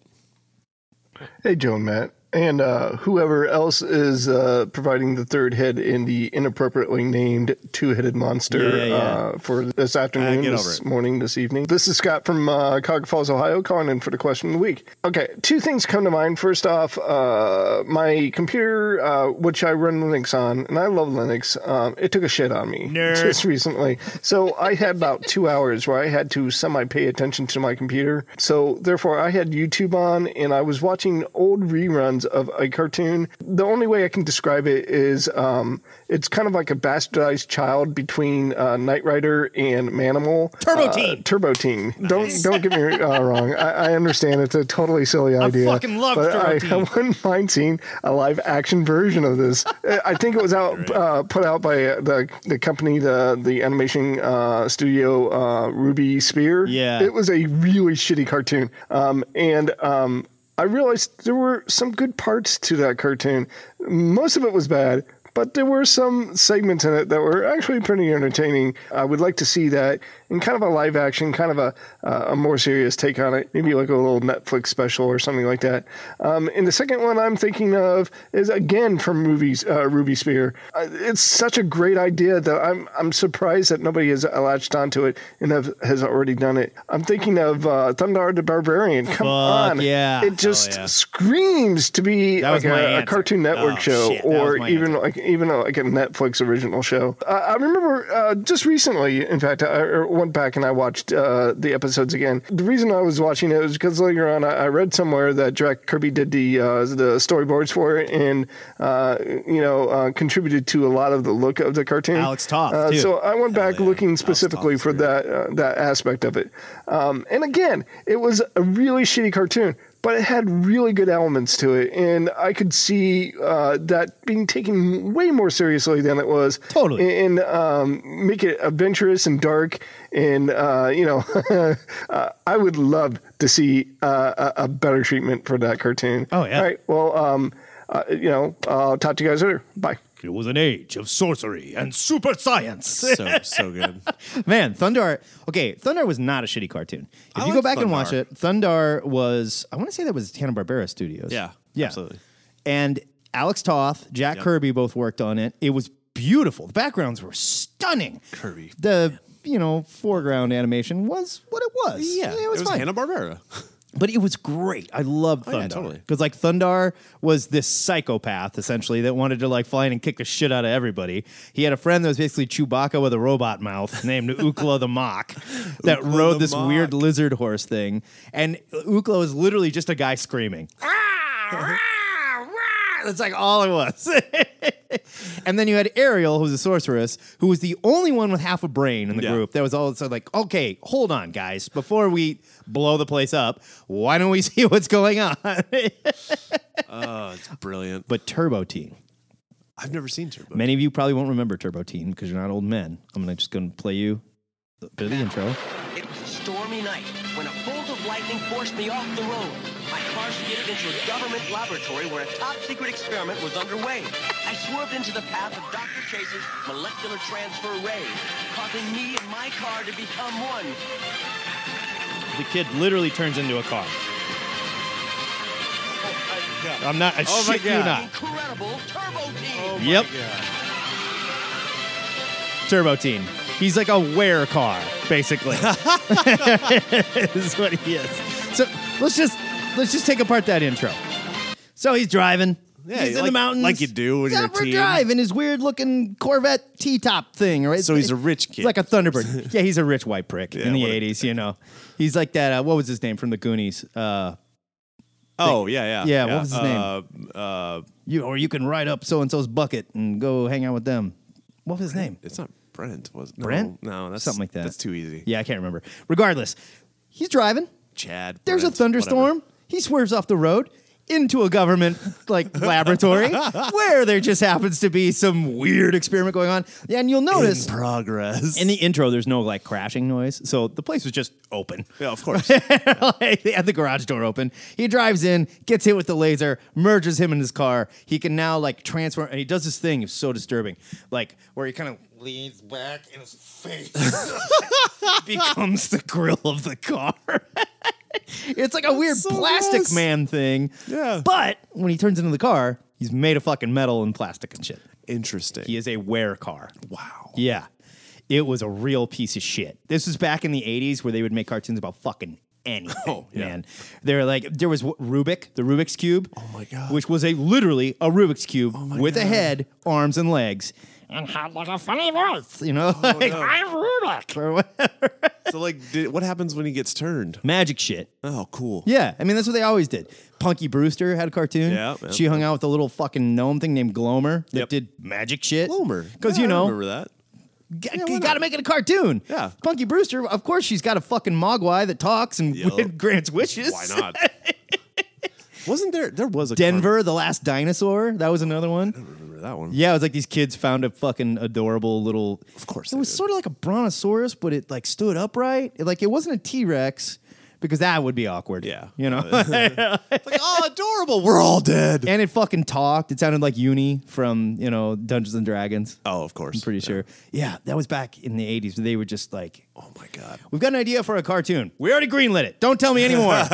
Speaker 12: Hey, Joe and Matt. and uh, whoever else is uh, providing the third head in the inappropriately named two-headed monster
Speaker 5: Yeah, yeah, yeah.
Speaker 12: Uh, for this
Speaker 5: Ah,
Speaker 12: afternoon,
Speaker 5: get over
Speaker 12: this
Speaker 5: it.
Speaker 12: morning, this evening. This is Scott from uh, Cog Falls, Ohio, calling in for the question of the week. Okay, two things come to mind. First off, uh, my computer, uh, which I run Linux on, and I love Linux, um, it took a shit on me
Speaker 5: Nerd.
Speaker 12: just recently. So I had about two hours where I had to semi pay attention to my computer. So therefore, I had YouTube on and I was watching old reruns of a cartoon. The only way I can describe it is um, it's kind of like a bastardized child between uh, Knight Rider and Manimal.
Speaker 13: Turbo
Speaker 12: Uh,
Speaker 13: Teen.
Speaker 12: Turbo Teen. Don't don't get me uh, wrong. I, I understand it's a totally silly idea.
Speaker 13: fucking love
Speaker 12: but
Speaker 13: Turbo
Speaker 12: I,
Speaker 13: Teen.
Speaker 12: I wouldn't mind seeing a live action version of this. Uh, I think it was out uh, put out by uh, the the company the the animation uh, studio uh, Ruby Spear.
Speaker 4: Yeah.
Speaker 12: it was a really shitty cartoon. Um, and um, I realized there were some good parts to that cartoon. Most of it was bad. But there were some segments in it that were actually pretty entertaining. I would like to see that in kind of a live action, kind of a, uh, a more serious take on it. Maybe like a little Netflix special or something like that. Um, and the second one I'm thinking of is again from movies, uh, Ruby Spear. Uh, it's such a great idea that I'm I'm surprised that nobody has latched onto it and have, has already done it. I'm thinking of uh, Thunder the Barbarian.
Speaker 4: Fuck,
Speaker 12: Come on,
Speaker 4: yeah.
Speaker 12: It just screams to be
Speaker 4: That was
Speaker 12: like
Speaker 4: my
Speaker 12: a, a
Speaker 4: answer.
Speaker 12: Cartoon Network
Speaker 4: Oh,
Speaker 12: show
Speaker 4: shit, that was
Speaker 12: or
Speaker 4: my
Speaker 12: even like even uh, like a Netflix original show. Uh, I remember uh, just recently, in fact, I I went back and I watched uh, the episodes again. The reason I was watching it was because later on I, I read somewhere that Jack Kirby did the uh, the storyboards for it and uh, you know uh, contributed to a lot of the look of the cartoon.
Speaker 5: Alex Toth,
Speaker 12: Uh,
Speaker 5: too.
Speaker 12: so I went back looking specifically for that uh, that aspect of it. Um, and again, it was a really shitty cartoon, but it had really good elements to it, and I could see uh, that being taken way more seriously than it was.
Speaker 4: Oh,
Speaker 12: Totally, and, um, make it adventurous and dark, and uh, you know, uh, I would love to see uh, a, a better treatment for that cartoon. Oh yeah. All right. Well, um, uh, you know, I'll talk to you guys later. Bye.
Speaker 4: It was an age of sorcery and super science.
Speaker 5: So- so good.
Speaker 4: Man, Thundar. Okay, Thundar was not a shitty cartoon. If
Speaker 5: I
Speaker 4: you go
Speaker 5: liked
Speaker 4: back and watch
Speaker 5: Thundar.
Speaker 4: it, Thundar was, I want to say that was Hanna-Barbera Studios.
Speaker 5: Yeah,
Speaker 4: Yeah. Absolutely. And Alex Toth, Jack Kirby both worked on it. It was beautiful. The backgrounds were stunning.
Speaker 5: Kirby.
Speaker 4: The, you know, foreground animation was what it was.
Speaker 5: Yeah,
Speaker 4: it was,
Speaker 5: it was
Speaker 4: fine.
Speaker 5: Hanna Barbera.
Speaker 4: But it was great. I loved
Speaker 5: Oh,
Speaker 4: Thundar.
Speaker 5: yeah, totally.
Speaker 4: Because like Thundar was this psychopath essentially that wanted to like fly in and kick the shit out of everybody. He had a friend that was basically Chewbacca with a robot mouth named Ukla the Mock that
Speaker 5: Ukla
Speaker 4: rode
Speaker 5: the
Speaker 4: this
Speaker 5: Mock.
Speaker 4: weird lizard horse thing. And Ukla was literally just a guy screaming. Ah, That's like all it was. and then you had Ariel, who's a sorceress, who was the only one with half a brain in the group. That was all so like, okay, hold on, guys. Before we blow the place up, why don't we see what's going on?
Speaker 5: oh, it's brilliant.
Speaker 4: but Turbo Teen.
Speaker 5: I've never seen Turbo.
Speaker 4: Many of you probably won't remember Turbo Teen because you're not old men. I'm gonna just gonna play you a bit of the intro.
Speaker 14: It was a stormy night when a bolt of lightning forced me off the road. My car skidded into a government laboratory where a top secret experiment was underway. I swerved into the path of Dr. Chase's molecular transfer ray, causing me and my car to become one.
Speaker 4: The kid literally turns into a car. I'm not. I
Speaker 14: Oh my
Speaker 4: shit you
Speaker 14: God.
Speaker 4: not.
Speaker 14: Incredible turbo team.
Speaker 4: yep. Turbo Teen. He's like a wear car, basically. is what he is. So let's just let's just take apart that intro. So he's driving.
Speaker 5: Yeah,
Speaker 4: he's in the
Speaker 5: like-
Speaker 4: mountains.
Speaker 5: like you do when
Speaker 4: he's
Speaker 5: you're a
Speaker 4: out for
Speaker 5: teen.
Speaker 4: driving his weird looking Corvette T top thing, right?
Speaker 5: So he's a rich
Speaker 4: He's
Speaker 5: kid.
Speaker 4: like a Thunderbird. yeah, he's a rich white prick
Speaker 5: Yeah,
Speaker 4: in the
Speaker 5: what a-
Speaker 4: eighties, you know. He's like that uh, what was his name from the Goonies? Uh
Speaker 5: Oh yeah, yeah,
Speaker 4: Yeah, what was his name?
Speaker 5: name? Uh, uh,
Speaker 4: you or you can ride up so and so's bucket and go hang out with them. What was his name?
Speaker 5: It's not Brent. Was it?
Speaker 4: Brent?
Speaker 5: No, no, that's
Speaker 4: Something like that.
Speaker 5: That's too easy.
Speaker 4: Yeah, I can't remember. Regardless, he's driving.
Speaker 5: Chad.
Speaker 4: There's
Speaker 5: Brent,
Speaker 4: a thunderstorm. He swerves off the road into a government like laboratory where there just happens to be some weird experiment going on. And you'll notice
Speaker 5: in progress.
Speaker 4: In the intro, there's no like crashing noise, so the place was just open.
Speaker 5: Yeah, of course.
Speaker 4: like, they had the garage door open. He drives in, gets hit with the laser, merges him in his car. He can now like transform, and he does this thing. It's so disturbing, like where he kind of leans back in his face becomes the grill of the car. it's like a weird
Speaker 5: so
Speaker 4: plastic
Speaker 5: gross.
Speaker 4: man thing. Yeah. But when he turns into the car, he's made of fucking metal and plastic and shit.
Speaker 5: Interesting.
Speaker 4: He is a wear car. Wow. Yeah. It was a real piece of shit. This was back in the 80s where they would make cartoons about fucking anything, man. They were like, there was w- Rubik, the Rubik's Cube. Oh my God. Oh Which was a literally a Rubik's Cube with a
Speaker 7: God.
Speaker 4: head, arms, and legs.
Speaker 7: and had like a funny voice.
Speaker 4: You know? like,
Speaker 7: I'm Rubik.
Speaker 4: Or whatever.
Speaker 5: so like, did, what happens when he gets turned?
Speaker 4: Magic shit.
Speaker 5: Oh, cool.
Speaker 4: Yeah, I mean that's what they always did. Punky Brewster had a cartoon.
Speaker 5: Yeah, yeah.
Speaker 4: she hung out with a little fucking gnome thing named Glomer that did magic shit. Glomer, because you
Speaker 5: I
Speaker 4: know,
Speaker 5: remember that?
Speaker 4: g- you got to make it a cartoon. Yeah, Punky Brewster. Of course, she's got a fucking mogwai that talks and grants wishes.
Speaker 5: Why not? Wasn't there? There was a
Speaker 4: Denver, the last dinosaur. That was another one. I don't
Speaker 5: remember that one.
Speaker 4: Yeah, it was like these kids found a fucking adorable little. Of
Speaker 5: course,
Speaker 4: it was sort of like a brontosaurus, but it like stood upright. It, like it wasn't a T Rex because that would be awkward. Yeah, you know.
Speaker 5: It's like, oh, adorable. We're all dead.
Speaker 4: And it fucking talked. It sounded like Uni from, you know, Dungeons and Dragons. Oh, of course. I'm pretty sure. Yeah, that was back in the 80s. They were just like, oh my God. We've got an idea for a cartoon. We already greenlit it. Don't tell me anymore.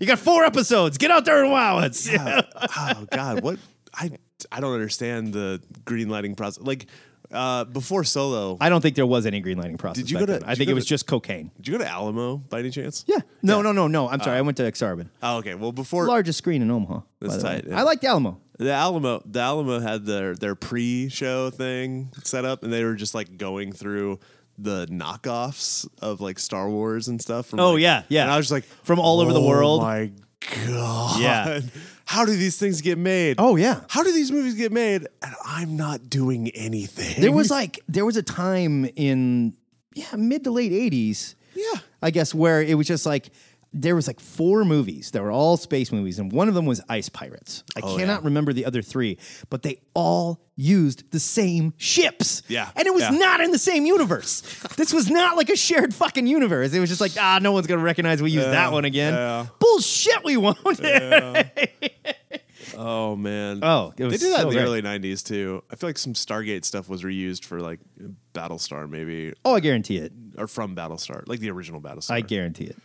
Speaker 4: you got four episodes. Get out there and wow us.
Speaker 5: Yeah. oh God, what I I don't understand the green lighting process. Like uh, before Solo,
Speaker 4: I don't think there was any greenlighting process.
Speaker 5: Did you go
Speaker 4: back
Speaker 5: to-
Speaker 4: then.
Speaker 5: did
Speaker 4: I
Speaker 5: you
Speaker 4: think
Speaker 5: go
Speaker 4: it was
Speaker 5: to-
Speaker 4: just cocaine.
Speaker 5: did you go to Alamo by any chance?
Speaker 4: Yeah. No, no, no, no. I'm sorry.
Speaker 5: Uh,
Speaker 4: I went to Exarban.
Speaker 5: Oh, okay. Well, before
Speaker 4: Largest screen in Omaha.
Speaker 5: That's
Speaker 4: by the way.
Speaker 5: tight, yeah.
Speaker 4: I liked Alamo.
Speaker 5: the Alamo, the Alamo had their their pre-show thing set up, and they were just like going through the knockoffs of like Star Wars and stuff. From,
Speaker 4: Oh,
Speaker 5: like-
Speaker 4: yeah, yeah.
Speaker 5: And I was just like
Speaker 4: From all over the world.
Speaker 5: Oh my god.
Speaker 4: Yeah.
Speaker 5: How do these things get made?
Speaker 4: Oh, yeah.
Speaker 5: How do these movies get made? And I'm not doing anything.
Speaker 4: There was like there was a time in yeah mid to late eighties. Yeah, I guess where it was just like there was like four movies that were all space movies, and one of them was Ice Pirates. I
Speaker 5: Oh,
Speaker 4: cannot remember the other three, but they all used the same ships.
Speaker 5: Yeah,
Speaker 4: and it was
Speaker 5: yeah.
Speaker 4: not in the same universe. this was not like a shared fucking universe. It was just like ah, no one's gonna recognize we used
Speaker 5: Yeah,
Speaker 4: that one again.
Speaker 5: yeah.
Speaker 4: Bullshit, we won't.
Speaker 5: Oh man.
Speaker 4: Oh, it was
Speaker 5: they did that
Speaker 4: so
Speaker 5: in the early
Speaker 4: great.
Speaker 5: '90s too. I feel like some Stargate stuff was reused for like Battlestar, maybe,
Speaker 4: oh, I guarantee it.
Speaker 5: or from Battlestar, like the original Battlestar.
Speaker 4: I guarantee it.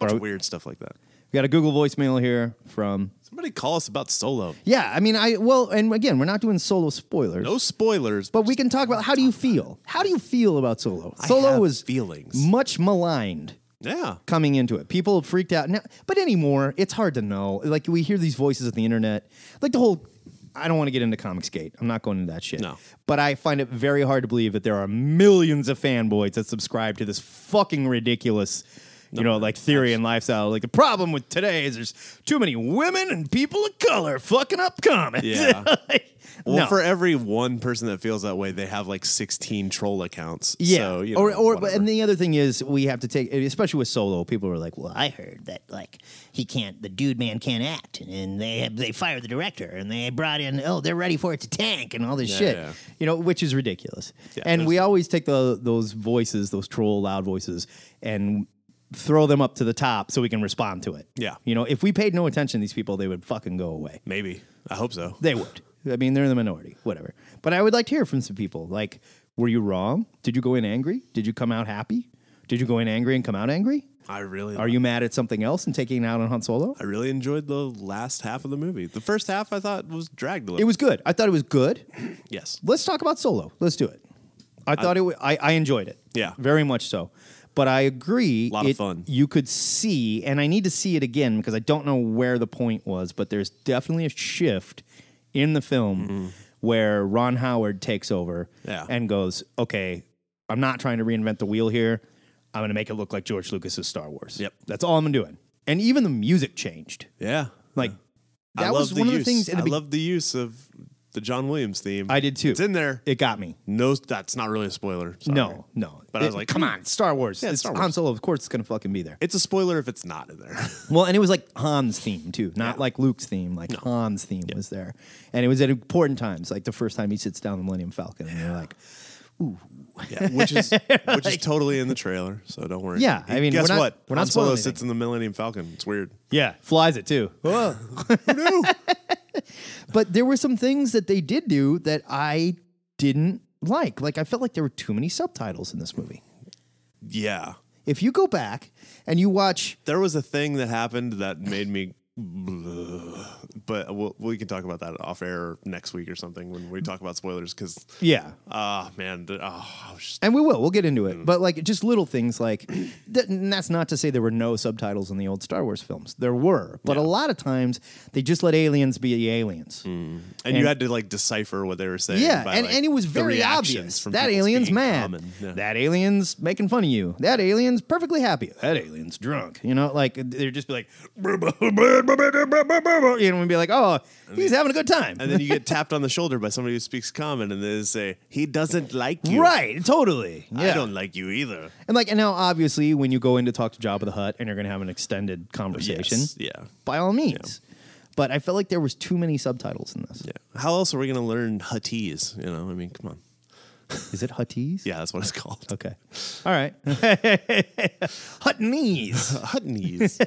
Speaker 5: Bunch of weird stuff like that.
Speaker 4: We got a Google voicemail here from
Speaker 5: Somebody call us about Solo.
Speaker 4: Yeah, I mean, I well, and again, we're not doing solo spoilers.
Speaker 5: No spoilers,
Speaker 4: but we can talk about how do you feel? How do you feel about Solo? Solo was feelings much maligned.
Speaker 5: Yeah,
Speaker 4: coming into it, people freaked out. Now, but anymore, it's hard to know. Like we hear these voices on the internet, like the whole. I don't want to get into Comicsgate. I'm not going into that shit. No. But I find it very hard to believe that there are millions of fanboys that subscribe to this fucking ridiculous, you know, like theory and lifestyle. Like the problem with today is there's too many women and people of color fucking up comics.
Speaker 5: Yeah. Well,
Speaker 4: No.
Speaker 5: for every one person that feels that way, they have like 16 troll accounts.
Speaker 4: Yeah.
Speaker 5: So, you
Speaker 4: or
Speaker 5: know,
Speaker 4: or and the other thing is we have to take especially with solo, people are like, Well,
Speaker 7: I heard that like he can't, the dude man can't act, and they they fired the director, and they brought in oh they're ready for it to tank and all this
Speaker 4: Yeah,
Speaker 7: shit.
Speaker 4: yeah. you know, which is ridiculous.
Speaker 7: Yeah,
Speaker 4: and
Speaker 7: there's-
Speaker 4: we always take the those voices, those troll loud voices, and throw them up to the top so we can respond to it.
Speaker 5: Yeah.
Speaker 4: You know, if we paid no attention to these people, they would fucking go away.
Speaker 5: Maybe. I hope so.
Speaker 4: They would. I mean, they're in the minority, whatever. But I would like to hear from some people. Like, were you wrong? Did you go in angry? Did you come out happy? Did you go in angry and come out angry?
Speaker 5: I really
Speaker 4: Are you mad at something else and taking it out on Han Solo?
Speaker 5: I really enjoyed the last half of the movie. The first half I thought was dragged a little.
Speaker 4: It was good. I thought it was good.
Speaker 5: Yes.
Speaker 4: Let's talk about Solo. Let's do it. I thought it. wa- I I enjoyed it.
Speaker 5: Yeah.
Speaker 4: very much so. But I agree.
Speaker 5: Lot of
Speaker 4: it-
Speaker 5: fun.
Speaker 4: You could see, and I need to see it again because I don't know where the point was. But there's definitely a shift in the film where Ron Howard takes over
Speaker 5: Mm-hmm. Yeah.
Speaker 4: and goes, "Okay, I'm not trying to reinvent the wheel here. I'm going to make it look like George Lucas's Star Wars. Yep, that's all I'm doing." And even the music changed.
Speaker 5: Yeah.
Speaker 4: Like
Speaker 5: I
Speaker 4: that
Speaker 5: love
Speaker 4: was one of the
Speaker 5: use.
Speaker 4: things. in
Speaker 5: I
Speaker 4: the be-
Speaker 5: love the use of the John Williams theme.
Speaker 4: I did too.
Speaker 5: It's in there.
Speaker 4: It got me.
Speaker 5: No, that's not really a spoiler. Sorry.
Speaker 4: No, no.
Speaker 5: But I
Speaker 4: It-
Speaker 5: was like, hmm.
Speaker 4: come on, Star Wars.
Speaker 5: Yeah,
Speaker 4: it's
Speaker 5: it's Star
Speaker 4: Han
Speaker 5: Wars.
Speaker 4: Solo, of course, it's going to fucking be there.
Speaker 5: It's a spoiler if it's not in there.
Speaker 4: Well, and it was like Han's theme too, not like Luke's theme. Like Han's theme was there, and it was at important times, like the first time he sits down the Millennium Falcon, and you're like,
Speaker 5: Yeah, which is which is totally in the trailer, so don't worry.
Speaker 4: Yeah, I mean,
Speaker 5: guess
Speaker 4: we're not-
Speaker 5: what?
Speaker 4: we're not
Speaker 5: Han Solo
Speaker 4: spoiling
Speaker 5: sits in the Millennium Falcon. It's weird.
Speaker 4: yeah, flies it too. Whoa. but there were some things that they did do that I didn't like. Like I felt like there were too many subtitles in this movie.
Speaker 5: Yeah,
Speaker 4: If you go back and you watch,
Speaker 5: There was a thing that happened that made me. But we'll, we can talk about that off air next week or something when we talk about spoilers. Because
Speaker 4: Yeah.
Speaker 5: ah man, th- oh, I was just-
Speaker 4: and we will, we'll get into
Speaker 5: Mm.
Speaker 4: it, but like just little things like that, and that's not to say there were no subtitles in the old Star Wars films. There were, but a lot of times they just let aliens be aliens.
Speaker 5: and, you had to like decipher what they were saying.
Speaker 4: yeah,
Speaker 5: Mm. by,
Speaker 4: and,
Speaker 5: like,
Speaker 4: and it was
Speaker 5: the
Speaker 4: very
Speaker 5: reactions
Speaker 4: obvious.
Speaker 5: from
Speaker 4: That
Speaker 5: people
Speaker 4: alien's
Speaker 5: speaking
Speaker 4: mad.
Speaker 5: common. Yeah.
Speaker 4: That alien's making fun of you. That alien's perfectly happy. That alien's drunk. You know, like they'd just be like, you know, and be like, oh, he's having a good time.
Speaker 5: and then you get tapped on the shoulder by somebody who speaks common, and they say he doesn't like you.
Speaker 4: Right, totally.
Speaker 5: I
Speaker 4: Yeah.
Speaker 5: don't like you either.
Speaker 4: And like, and now obviously, when you go in to talk to Job of the Hut and you're going to have an extended conversation,
Speaker 5: Yes, yeah.
Speaker 4: by all means. But I felt like there was too many subtitles in this.
Speaker 5: Yeah. How else are we going to learn Huttese? You know, I mean, come on.
Speaker 4: Is it Huttese?
Speaker 5: yeah, that's what it's called.
Speaker 4: Okay. All right. Huttonese.
Speaker 5: Huttonese.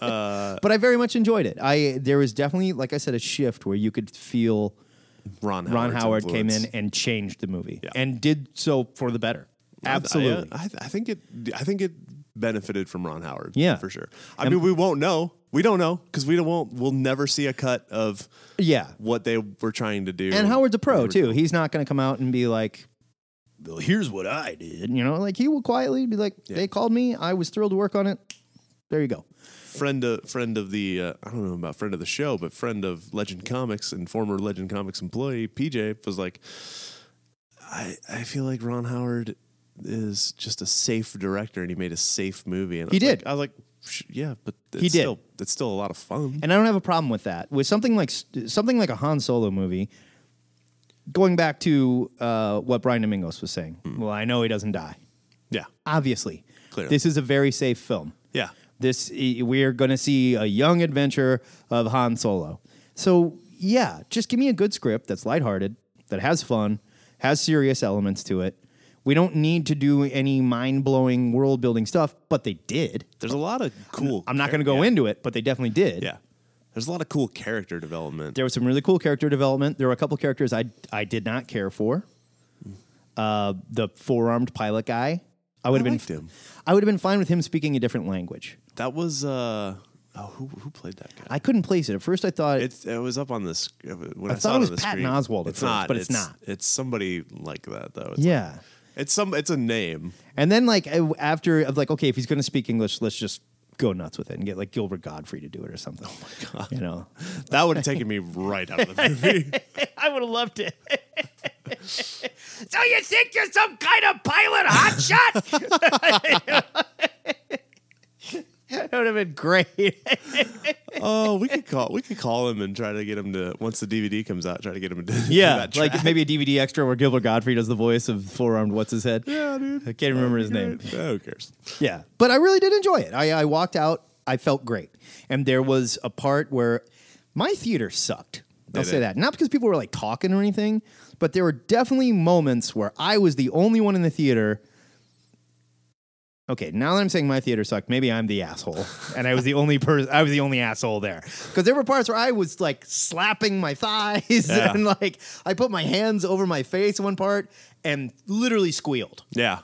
Speaker 4: uh, but I very much enjoyed it. I there was definitely, like I said, a shift where you could feel
Speaker 5: Ron
Speaker 4: Ron
Speaker 5: Howard's
Speaker 4: Howard came
Speaker 5: influence.
Speaker 4: in and changed the movie and did so for the better. Absolutely.
Speaker 5: I, uh, I, I think it. I think it benefited from Ron Howard.
Speaker 4: Yeah.
Speaker 5: for sure. I mean, we won't know. We don't know because we don't. Won't, we'll never see a cut of.
Speaker 4: Yeah.
Speaker 5: What they were trying to do.
Speaker 4: and Howard's a pro
Speaker 5: They were-
Speaker 4: too. He's not going to come out and be like, "Well, here's what I did." You know, like he will quietly be like, "They called me. I was thrilled to work on it. There you go."
Speaker 5: friend of friend of the uh, I don't know about friend of the show, but friend of Legend Comics and former Legend Comics employee PJ was like, I I feel like Ron Howard is just a safe director, and he made a safe movie. And I
Speaker 4: He
Speaker 5: was like-
Speaker 4: did.
Speaker 5: I was like, "Sh- yeah, but it's
Speaker 4: He did.
Speaker 5: Still, it's still a lot of fun.
Speaker 4: And I don't have a problem with that. With something like something like a Han Solo movie, going back to uh, what Brian Domingos was saying. Well, I know he doesn't die.
Speaker 5: Yeah,
Speaker 4: obviously.
Speaker 5: Clearly.
Speaker 4: This is a very safe film.
Speaker 5: Yeah.
Speaker 4: This we are going to see a young adventure of Han Solo. So, yeah, just give me a good script that's lighthearted, that has fun, has serious elements to it. We don't need to do any mind-blowing world-building stuff, but they did.
Speaker 5: There's a lot of cool
Speaker 4: I'm not going to go into it, but they definitely did.
Speaker 5: Yeah. There's a lot of cool character development.
Speaker 4: There was some really cool character development. There were a couple characters I I did not care for. Uh, the four-armed pilot guy. I would have been
Speaker 5: liked him.
Speaker 4: I would have been fine with him speaking a different language.
Speaker 5: That was uh oh who who played that guy?
Speaker 4: I couldn't place it at first. I thought
Speaker 5: It's, it was up on the sc- uh, when
Speaker 4: I
Speaker 5: I,
Speaker 4: thought
Speaker 5: saw
Speaker 4: it
Speaker 5: on
Speaker 4: was
Speaker 5: the
Speaker 4: Patton
Speaker 5: screen.
Speaker 4: Oswalt at
Speaker 5: It's
Speaker 4: first,
Speaker 5: not,
Speaker 4: but it's
Speaker 5: It's-
Speaker 4: not.
Speaker 5: It's somebody like that though. It's
Speaker 4: yeah.
Speaker 5: It's some. It's a name.
Speaker 4: and then like I- after of like okay, if he's going to speak English, let's just go nuts with it and get like Gilbert Godfrey to do it or something. Oh my god, you know,
Speaker 5: That would have taken me right out of the movie.
Speaker 4: I would have loved it.
Speaker 7: So you think you're some kind of pilot hotshot?
Speaker 4: that would have been great.
Speaker 5: oh, we could call. We could call him and try to get him to once the DVD comes out. Try to get him to do
Speaker 4: Yeah,
Speaker 5: that track.
Speaker 4: like maybe a DVD extra where Gilbert Godfrey does the voice of four armed what's his head.
Speaker 5: Yeah, dude.
Speaker 4: I can't remember his name.
Speaker 5: Oh, who cares?
Speaker 4: Yeah, but I really did enjoy it. I, I walked out. I felt great, and there was a part where my theater sucked. I'll
Speaker 5: Did
Speaker 4: say
Speaker 5: it?
Speaker 4: that not because people were like talking or anything, but there were definitely moments where I was the only one in the theater. Okay, now that I'm saying my theater sucked, maybe I'm the asshole, and I was the only person. I was the only asshole there because there were parts where I was like slapping my thighs
Speaker 5: Yeah.
Speaker 4: and like I put my hands over my face in one part and literally squealed
Speaker 5: Yeah.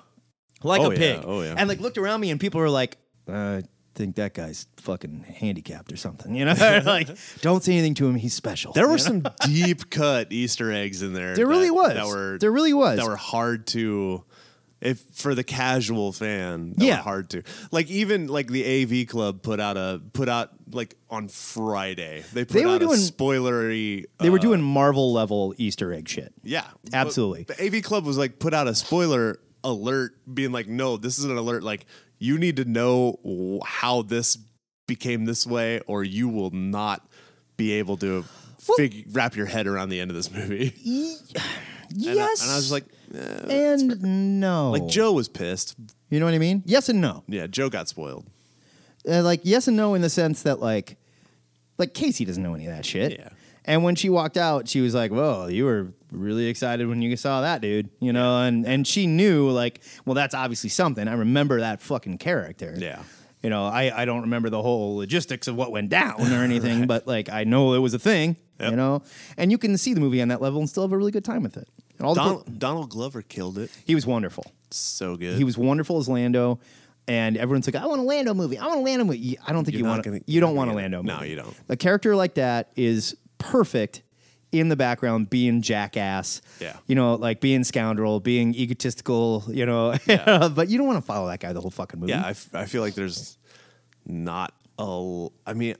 Speaker 4: like
Speaker 5: Oh,
Speaker 4: a
Speaker 5: yeah.
Speaker 4: pig.
Speaker 5: Oh, yeah.
Speaker 4: And like looked around me, and people were like, "Uh, "I think that guy's fucking handicapped or something," you know? like, don't say anything to him; he's special.
Speaker 5: There
Speaker 4: you
Speaker 5: were
Speaker 4: know?
Speaker 5: some deep cut Easter eggs in there.
Speaker 4: There really
Speaker 5: that-
Speaker 4: was.
Speaker 5: That were
Speaker 4: There really was.
Speaker 5: That were hard to, if for the casual fan, that
Speaker 4: Yeah.
Speaker 5: were hard to. Like even like the AV Club put out a put out like on Friday. They put
Speaker 4: They were
Speaker 5: out
Speaker 4: doing-
Speaker 5: a spoilery.
Speaker 4: They were
Speaker 5: uh,
Speaker 4: doing Marvel level Easter egg shit.
Speaker 5: Yeah, but
Speaker 4: Absolutely.
Speaker 5: The AV Club was like put out a spoiler alert, being like, "No, this is an alert. Like, you need to know w- how this became this way, or you will not be able to fig- wrap your head around the end of this movie." And I-
Speaker 4: yes,
Speaker 5: and I was like, uh,
Speaker 4: and no,
Speaker 5: like Joe was pissed.
Speaker 4: You know what I mean? Yes and no.
Speaker 5: Yeah, Joe got spoiled.
Speaker 4: uh, like yes and no in the sense that like like Casey doesn't know any of that shit. Yeah. And when she walked out, she was like, "Whoa, you were really excited when you saw that dude," you know, and and she knew like, well, that's obviously something. I remember that fucking character.
Speaker 5: Yeah.
Speaker 4: You know, I, I don't remember the whole logistics of what went down or anything, but like I know it was a thing, you know. And you can see the movie on that level and still have a really good time with it. And all the
Speaker 5: Don-
Speaker 4: cool-
Speaker 5: Donald Glover killed it.
Speaker 4: he was wonderful.
Speaker 5: so good.
Speaker 4: He was wonderful as Lando, and everyone's like, "I want a Lando movie. I want a Lando movie." I don't think you want. to you don't want a Lando.
Speaker 5: No,
Speaker 4: movie.
Speaker 5: you don't.
Speaker 4: A character like that is perfect in the background, being jackass.
Speaker 5: Yeah.
Speaker 4: You know, like being scoundrel, being egotistical. You know, but you don't want to follow that guy the whole fucking movie.
Speaker 5: Yeah, I, f- I feel like there's not a. l- I mean,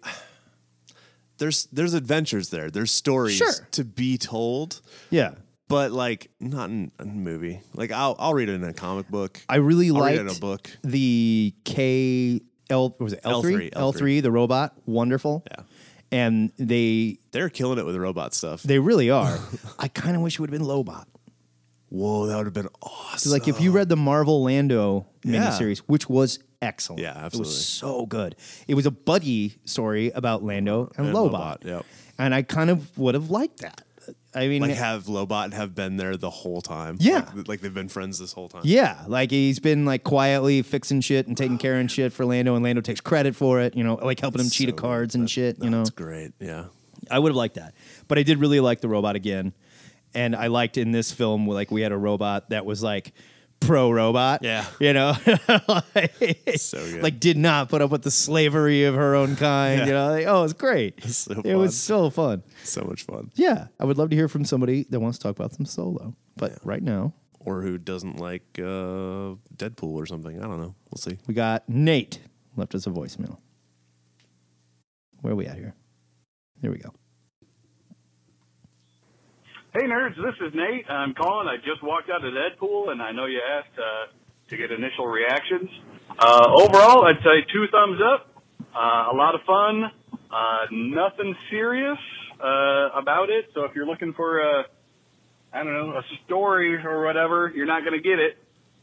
Speaker 5: there's there's adventures there. There's stories
Speaker 4: Sure.
Speaker 5: to be told.
Speaker 4: Yeah.
Speaker 5: but like not in a movie. Like I'll I'll read it in a comic book.
Speaker 4: I really
Speaker 5: I'll read
Speaker 4: liked
Speaker 5: it in a book.
Speaker 4: the K L what was it L
Speaker 5: L3,
Speaker 4: three L three the robot wonderful yeah and they
Speaker 5: They're killing it with robot stuff.
Speaker 4: they really are I kind of wish it would have been Lobot
Speaker 5: Whoa, that would have been awesome.
Speaker 4: So, like if you read the Marvel Lando
Speaker 5: Yeah.
Speaker 4: miniseries which was excellent
Speaker 5: Yeah,
Speaker 4: it
Speaker 5: absolutely.
Speaker 4: was so good it was a buddy story about Lando and,
Speaker 5: And
Speaker 4: Lobot,
Speaker 5: Lobot, yep.
Speaker 4: and I kind of would have liked that I mean
Speaker 5: like have Lobot have been there the whole time.
Speaker 4: Yeah.
Speaker 5: like, like they've been friends this whole time.
Speaker 4: Yeah, like he's been like quietly fixing shit and taking care and shit for Lando, and Lando takes credit for it. You know, like helping him cheat at cards and shit. You know, that's
Speaker 5: great. Yeah,
Speaker 4: I would have liked that, but I did really like the robot again, and I liked in this film like we had a robot that was like pro robot. Yeah, you know, like, like, did not put up with the slavery of her own kind.
Speaker 5: Yeah.
Speaker 4: You know, like, oh, it's great.
Speaker 5: so
Speaker 4: it was so fun.
Speaker 5: So much fun.
Speaker 4: Yeah, I would love to hear from somebody that wants to talk about some solo, but right now
Speaker 5: Or who doesn't like uh, Deadpool or something? I don't know. We'll see.
Speaker 4: We got Nate left us a voicemail. Where are we at here? There we go.
Speaker 13: Hey nerds, this is Nate. I'm calling. I just walked out of Deadpool, and I know you asked uh, to get initial reactions. Uh, overall, I'd say two thumbs up. Uh, a lot of fun. Uh, nothing serious uh, about it. So if you're looking for a, I don't know, a story or whatever, you're not going to get it.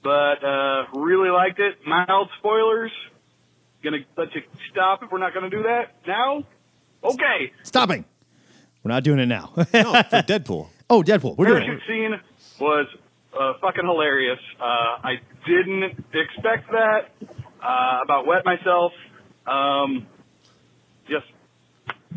Speaker 13: But uh, really liked it. Mild spoilers. Going to let you stop if we're not going to do that now. Okay.
Speaker 4: Stopping. We're not doing it now. no, for
Speaker 5: Deadpool.
Speaker 4: Oh, Deadpool. We're doing it.
Speaker 13: parachute scene was uh, fucking hilarious. Uh, I didn't expect that. Uh, about wet myself. Um, just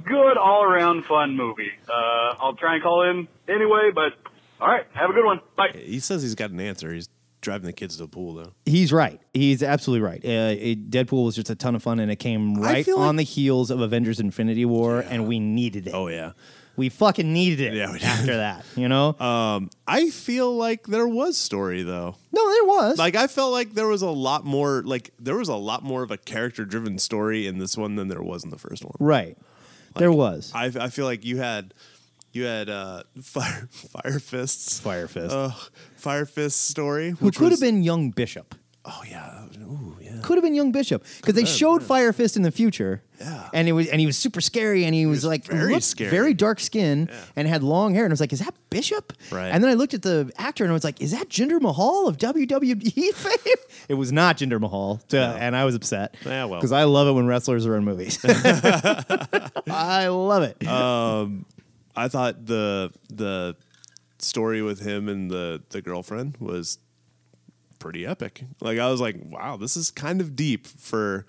Speaker 13: good all around fun movie. Uh, I'll try and call in anyway, but all right. Have a good one. Bye.
Speaker 5: He says he's got an answer. He's driving the kids to the pool though.
Speaker 4: He's right. He's absolutely right. Uh, it, Deadpool was just a ton of fun, and it came right
Speaker 5: feel
Speaker 4: on the heels of Avengers: Infinity War, and we needed it. Oh
Speaker 5: yeah,
Speaker 4: we fucking needed it. Yeah, after that, you know.
Speaker 5: Um, I feel like there was story though.
Speaker 4: No, there was.
Speaker 5: Like I felt like there was a lot more. Like there was a lot more of a character-driven story in this one than there was in the first one.
Speaker 4: right. there was.
Speaker 5: I, I feel like you had you had uh, fire fire fists
Speaker 4: fire fist
Speaker 5: uh, fire fist story,
Speaker 4: Who
Speaker 5: which,
Speaker 4: could
Speaker 5: was
Speaker 4: have been young Bishop?
Speaker 5: oh yeah, Ooh, yeah.
Speaker 4: Could have been young Bishop because they
Speaker 5: Could've,
Speaker 4: showed Fire Fist in the future. Yeah, and it was and he was super scary and he, was, like
Speaker 5: very
Speaker 4: looked
Speaker 5: scary.
Speaker 4: very dark skin and had long hair and I was like, is that Bishop?
Speaker 5: Right.
Speaker 4: And then I looked at the actor and I was like, is that Jinder Mahal of WWE fame? It was not Jinder Mahal, to- and I was upset.
Speaker 5: Yeah, well.
Speaker 4: because I love it when wrestlers are in movies. I love it.
Speaker 5: Um, I thought the the story with him and the the girlfriend was pretty epic. Like I was like, wow, this is kind of deep for.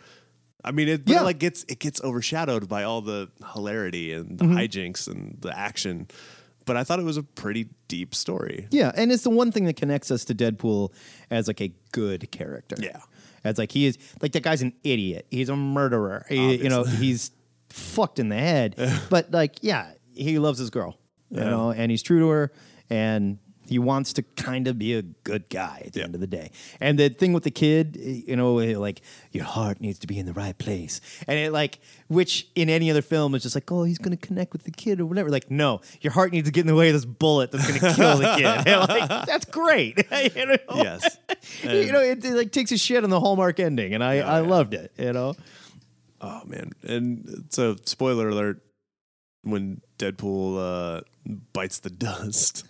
Speaker 5: I mean, it but it, like gets it gets overshadowed by all the hilarity and the
Speaker 4: Mhm.
Speaker 5: hijinks and the action, but I thought it was a pretty deep story.
Speaker 4: Yeah, and it's the one thing that connects us to Deadpool as like a good character. Yeah, as like he is like that guy's an idiot. He's a murderer. He, you know, he's fucked in the head. but like, yeah, he loves his girl. You
Speaker 5: Yeah.
Speaker 4: know, and he's true to her, and he wants to kind of be a good guy at the end of the day. And the thing with the kid, you know, like your heart needs to be in the right place, and it like which in any other film is just like, oh, he's gonna connect with the kid or whatever. Like, no, your heart needs to get in the way of this bullet that's gonna kill the kid. And, like, that's great. you know?
Speaker 5: Yes.
Speaker 4: you know, it, it, like takes a shit on the Hallmark ending, and I, I loved it. You know,
Speaker 5: Oh man! And so, spoiler alert: when Deadpool uh, bites the dust,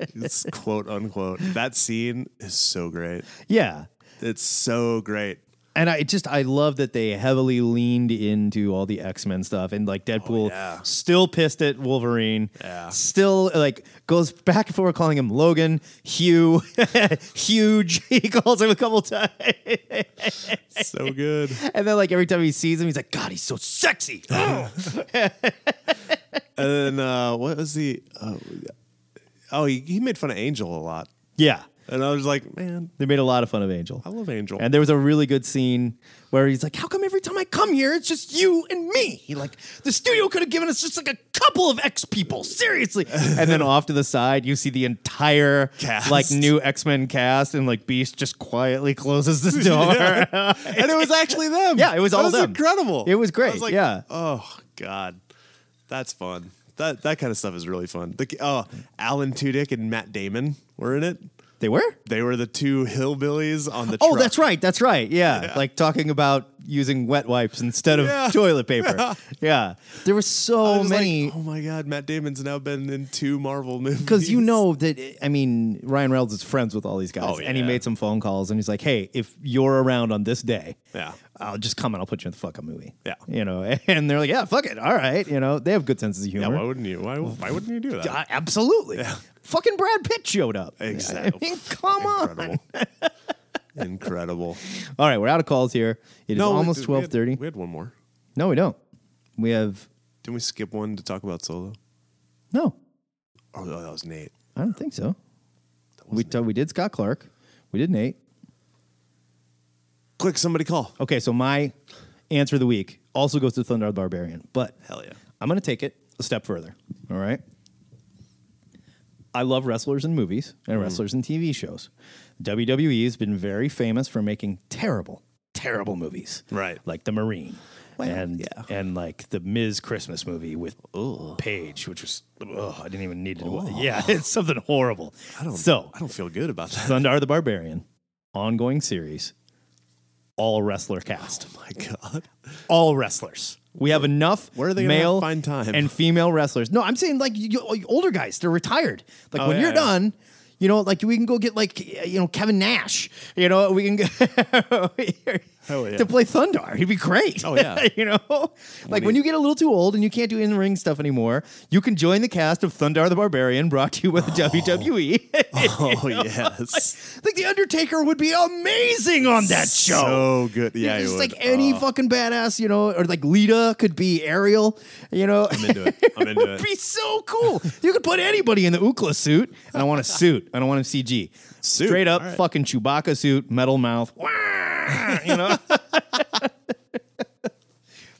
Speaker 5: it's quote unquote. That scene is so great.
Speaker 4: yeah.
Speaker 5: It's so great.
Speaker 4: And I just I love that they heavily leaned into all the X Men stuff and like Deadpool still pissed at Wolverine, still like goes back and forth calling him Logan, Hugh, huge. He calls him a couple times.
Speaker 5: so good.
Speaker 4: And then like every time he sees him, he's like, God, he's so sexy. Oh.
Speaker 5: And then uh, what was the? Uh, oh, he, he made fun of Angel a lot.
Speaker 4: Yeah. And I was like, man, they made a lot of fun of Angel. I
Speaker 5: love Angel.
Speaker 4: And there was a really good scene where he's like, how come every time I come here, it's just you and me? He like, the studio could have given us just like a couple of X people. Seriously. and then off to the side, you see the entire
Speaker 5: Cast.
Speaker 4: like new X Men cast, and like Beast just quietly closes the door.
Speaker 5: Yeah. and it was actually them.
Speaker 4: Yeah, it was all
Speaker 5: that was
Speaker 4: them.
Speaker 5: incredible.
Speaker 4: It was great,
Speaker 5: I was like,
Speaker 4: yeah.
Speaker 5: Oh God, that's fun. That that kind of stuff is really fun. The, oh, Alan Tudyk and Matt Damon were in it.
Speaker 4: They were.
Speaker 5: They were the two hillbillies on the.
Speaker 4: oh,
Speaker 5: truck.
Speaker 4: that's right, that's right. Yeah. like talking about using wet wipes instead of
Speaker 5: Yeah.
Speaker 4: toilet paper.
Speaker 5: Yeah.
Speaker 4: Yeah. there were so
Speaker 5: was
Speaker 4: many.
Speaker 5: like, oh my God, Matt Damon's now been in two Marvel movies.
Speaker 4: because you know that eh, I mean Ryan Reynolds is friends with all these guys,
Speaker 5: Oh,
Speaker 4: and he
Speaker 5: yeah.
Speaker 4: made some phone calls, and he's like, "Hey, if you're around on this day,
Speaker 5: Yeah.
Speaker 4: I'll just come and I'll put you in the fucking movie."
Speaker 5: Yeah.
Speaker 4: you know, and they're like, "Yeah, fuck it, all right." You know, they have good senses of humor.
Speaker 5: why wouldn't you? Why, why wouldn't you do that?
Speaker 4: Uh, absolutely. Fucking Brad Pitt showed up.
Speaker 5: Exactly.
Speaker 4: I mean, come on.
Speaker 5: Incredible.
Speaker 4: All right, we're out of calls here. It is
Speaker 5: No, we-
Speaker 4: almost
Speaker 5: we had-
Speaker 4: twelve thirty.
Speaker 5: We had one more.
Speaker 4: No, we don't. We have
Speaker 5: Didn't we skip one to talk about Solo?
Speaker 4: no.
Speaker 5: Oh, no, that was Nate.
Speaker 4: I don't think so. We t- we did Scott Clark. We did Nate.
Speaker 5: Quick, somebody call.
Speaker 4: Okay, so my answer of the week also goes to Thunder the Barbarian, but
Speaker 5: hell yeah,
Speaker 4: I'm going to take it a step further. All right. I love wrestlers in movies and wrestlers in TV shows. WWE has been very famous for making terrible, terrible movies.
Speaker 5: Right.
Speaker 4: Like The Marine. and and like the Ms. Christmas movie with Paige, which was oh, I didn't even need to. watch. Yeah, it's something horrible. I don't, so
Speaker 5: I don't feel good about that.
Speaker 4: Thunder the Barbarian, ongoing series, all wrestler cast.
Speaker 5: Oh My God.
Speaker 4: all wrestlers. We have enough
Speaker 5: Where are they gonna
Speaker 4: male
Speaker 5: find time?
Speaker 4: and female wrestlers. No, I'm saying like you, you- older guys, they're retired. Like
Speaker 5: Oh,
Speaker 4: when
Speaker 5: yeah,
Speaker 4: you're
Speaker 5: yeah.
Speaker 4: done, you know, like we can go get like you know Kevin Nash. You know, we can go
Speaker 5: Hell yeah.
Speaker 4: to play Thundar. He'd be great.
Speaker 5: Oh, yeah.
Speaker 4: you know, like
Speaker 5: do
Speaker 4: when
Speaker 5: you-
Speaker 4: you get a little too old and you can't do in ring stuff anymore, you can join the cast of Thundar the Barbarian, brought to you by the WWE.
Speaker 5: Oh yes.
Speaker 4: like the Undertaker would be amazing on that show.
Speaker 5: So good. Yeah,
Speaker 4: It's
Speaker 5: he
Speaker 4: just
Speaker 5: would.
Speaker 4: like any
Speaker 5: Oh,
Speaker 4: fucking badass, you know, or like Lita could be Ariel, you know.
Speaker 5: I'm into it. I'm
Speaker 4: it
Speaker 5: into
Speaker 4: would
Speaker 5: it.
Speaker 4: be so cool. you could put anybody in the Ukla suit, and I want a suit. I don't want him CG.
Speaker 5: Suit,
Speaker 4: Straight up
Speaker 5: all right.
Speaker 4: fucking Chewbacca suit, metal mouth. Wah! you know.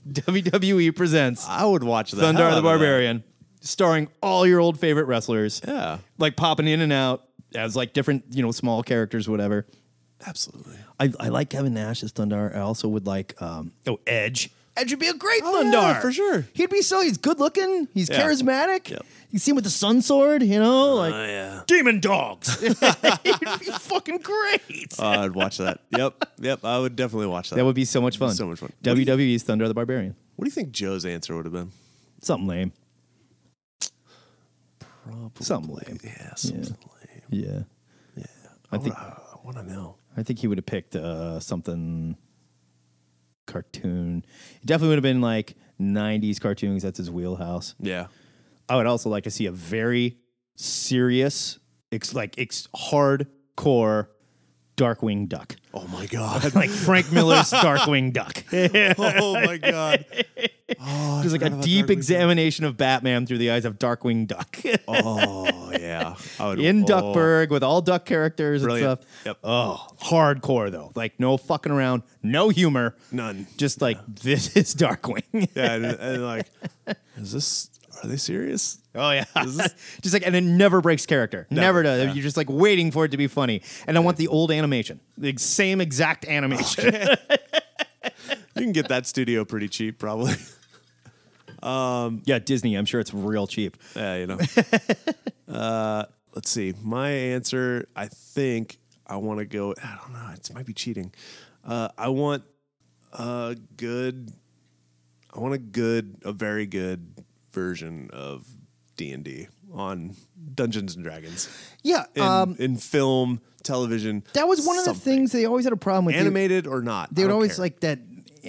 Speaker 4: WWE E presents
Speaker 5: I would watch that.
Speaker 4: Thunder
Speaker 5: Ah, hell out
Speaker 4: the
Speaker 5: of that.
Speaker 4: Barbarian, starring all your old favorite wrestlers.
Speaker 5: Yeah.
Speaker 4: Like popping in and out as like different, you know, small characters, whatever.
Speaker 5: Absolutely.
Speaker 4: I, I like Kevin Nash as Thundar. I also would like um oh Edge. Edge would be a great
Speaker 5: Oh,
Speaker 4: Thundar
Speaker 5: yeah, for sure.
Speaker 4: He'd be so he's good looking. He's
Speaker 5: Yeah.
Speaker 4: charismatic. You see him with the sun sword, you know, like
Speaker 5: yeah.
Speaker 4: demon dogs. He'd be fucking great.
Speaker 5: Oh, I'd watch that. Yep. Yep. I would definitely watch that.
Speaker 4: Uh, that would be so much fun.
Speaker 5: So much fun.
Speaker 4: WWE's Thunder the Barbarian.
Speaker 5: What do you think Joe's answer would have been?
Speaker 4: Something lame.
Speaker 5: Probably.
Speaker 4: Something lame.
Speaker 5: Yeah. Something lame.
Speaker 4: Yeah.
Speaker 5: Yeah.
Speaker 4: I think-
Speaker 5: I want to know.
Speaker 4: I think he would have picked uh, something cartoon. It definitely would have been like 90s cartoons. That's his wheelhouse.
Speaker 5: Yeah.
Speaker 4: I would also like to see a very serious, ex- like ex- hardcore Darkwing Duck.
Speaker 5: Oh my God.
Speaker 4: Like Frank Miller's Darkwing Duck.
Speaker 5: oh my God. Oh, I
Speaker 4: Just like
Speaker 5: forgot
Speaker 4: a
Speaker 5: about
Speaker 4: deep
Speaker 5: Darkwing.
Speaker 4: examination of Batman through the eyes of Darkwing Duck.
Speaker 5: Oh yeah. I would,
Speaker 4: In
Speaker 5: oh.
Speaker 4: Duckburg with all duck characters
Speaker 5: Brilliant.
Speaker 4: and stuff.
Speaker 5: Yep.
Speaker 4: Oh, hardcore though. Like no fucking around, no humor.
Speaker 5: None.
Speaker 4: Just like this is Darkwing.
Speaker 5: Yeah. And, and like, is this? Are they serious?
Speaker 4: Oh yeah,
Speaker 5: Is this-
Speaker 4: just like and it never breaks character, never does.
Speaker 5: yeah.
Speaker 4: You're just like waiting for it to be funny, and I want the old animation, the ex- same exact animation.
Speaker 5: You can get that studio pretty cheap, probably.
Speaker 4: yeah, Disney. I'm sure it's real cheap.
Speaker 5: Yeah, you know. uh, let's see. My answer, I think I want to go. I don't know. It might be cheating. Uh, I want a good. I want a good, a very good version of D and D on Dungeons and Dragons
Speaker 4: Yeah, um,
Speaker 5: in, in film, television.
Speaker 4: that was one of the
Speaker 5: something.
Speaker 4: things they always had a problem with.
Speaker 5: animated or not.
Speaker 4: They
Speaker 5: I
Speaker 4: would
Speaker 5: don't
Speaker 4: always
Speaker 5: care.
Speaker 4: like that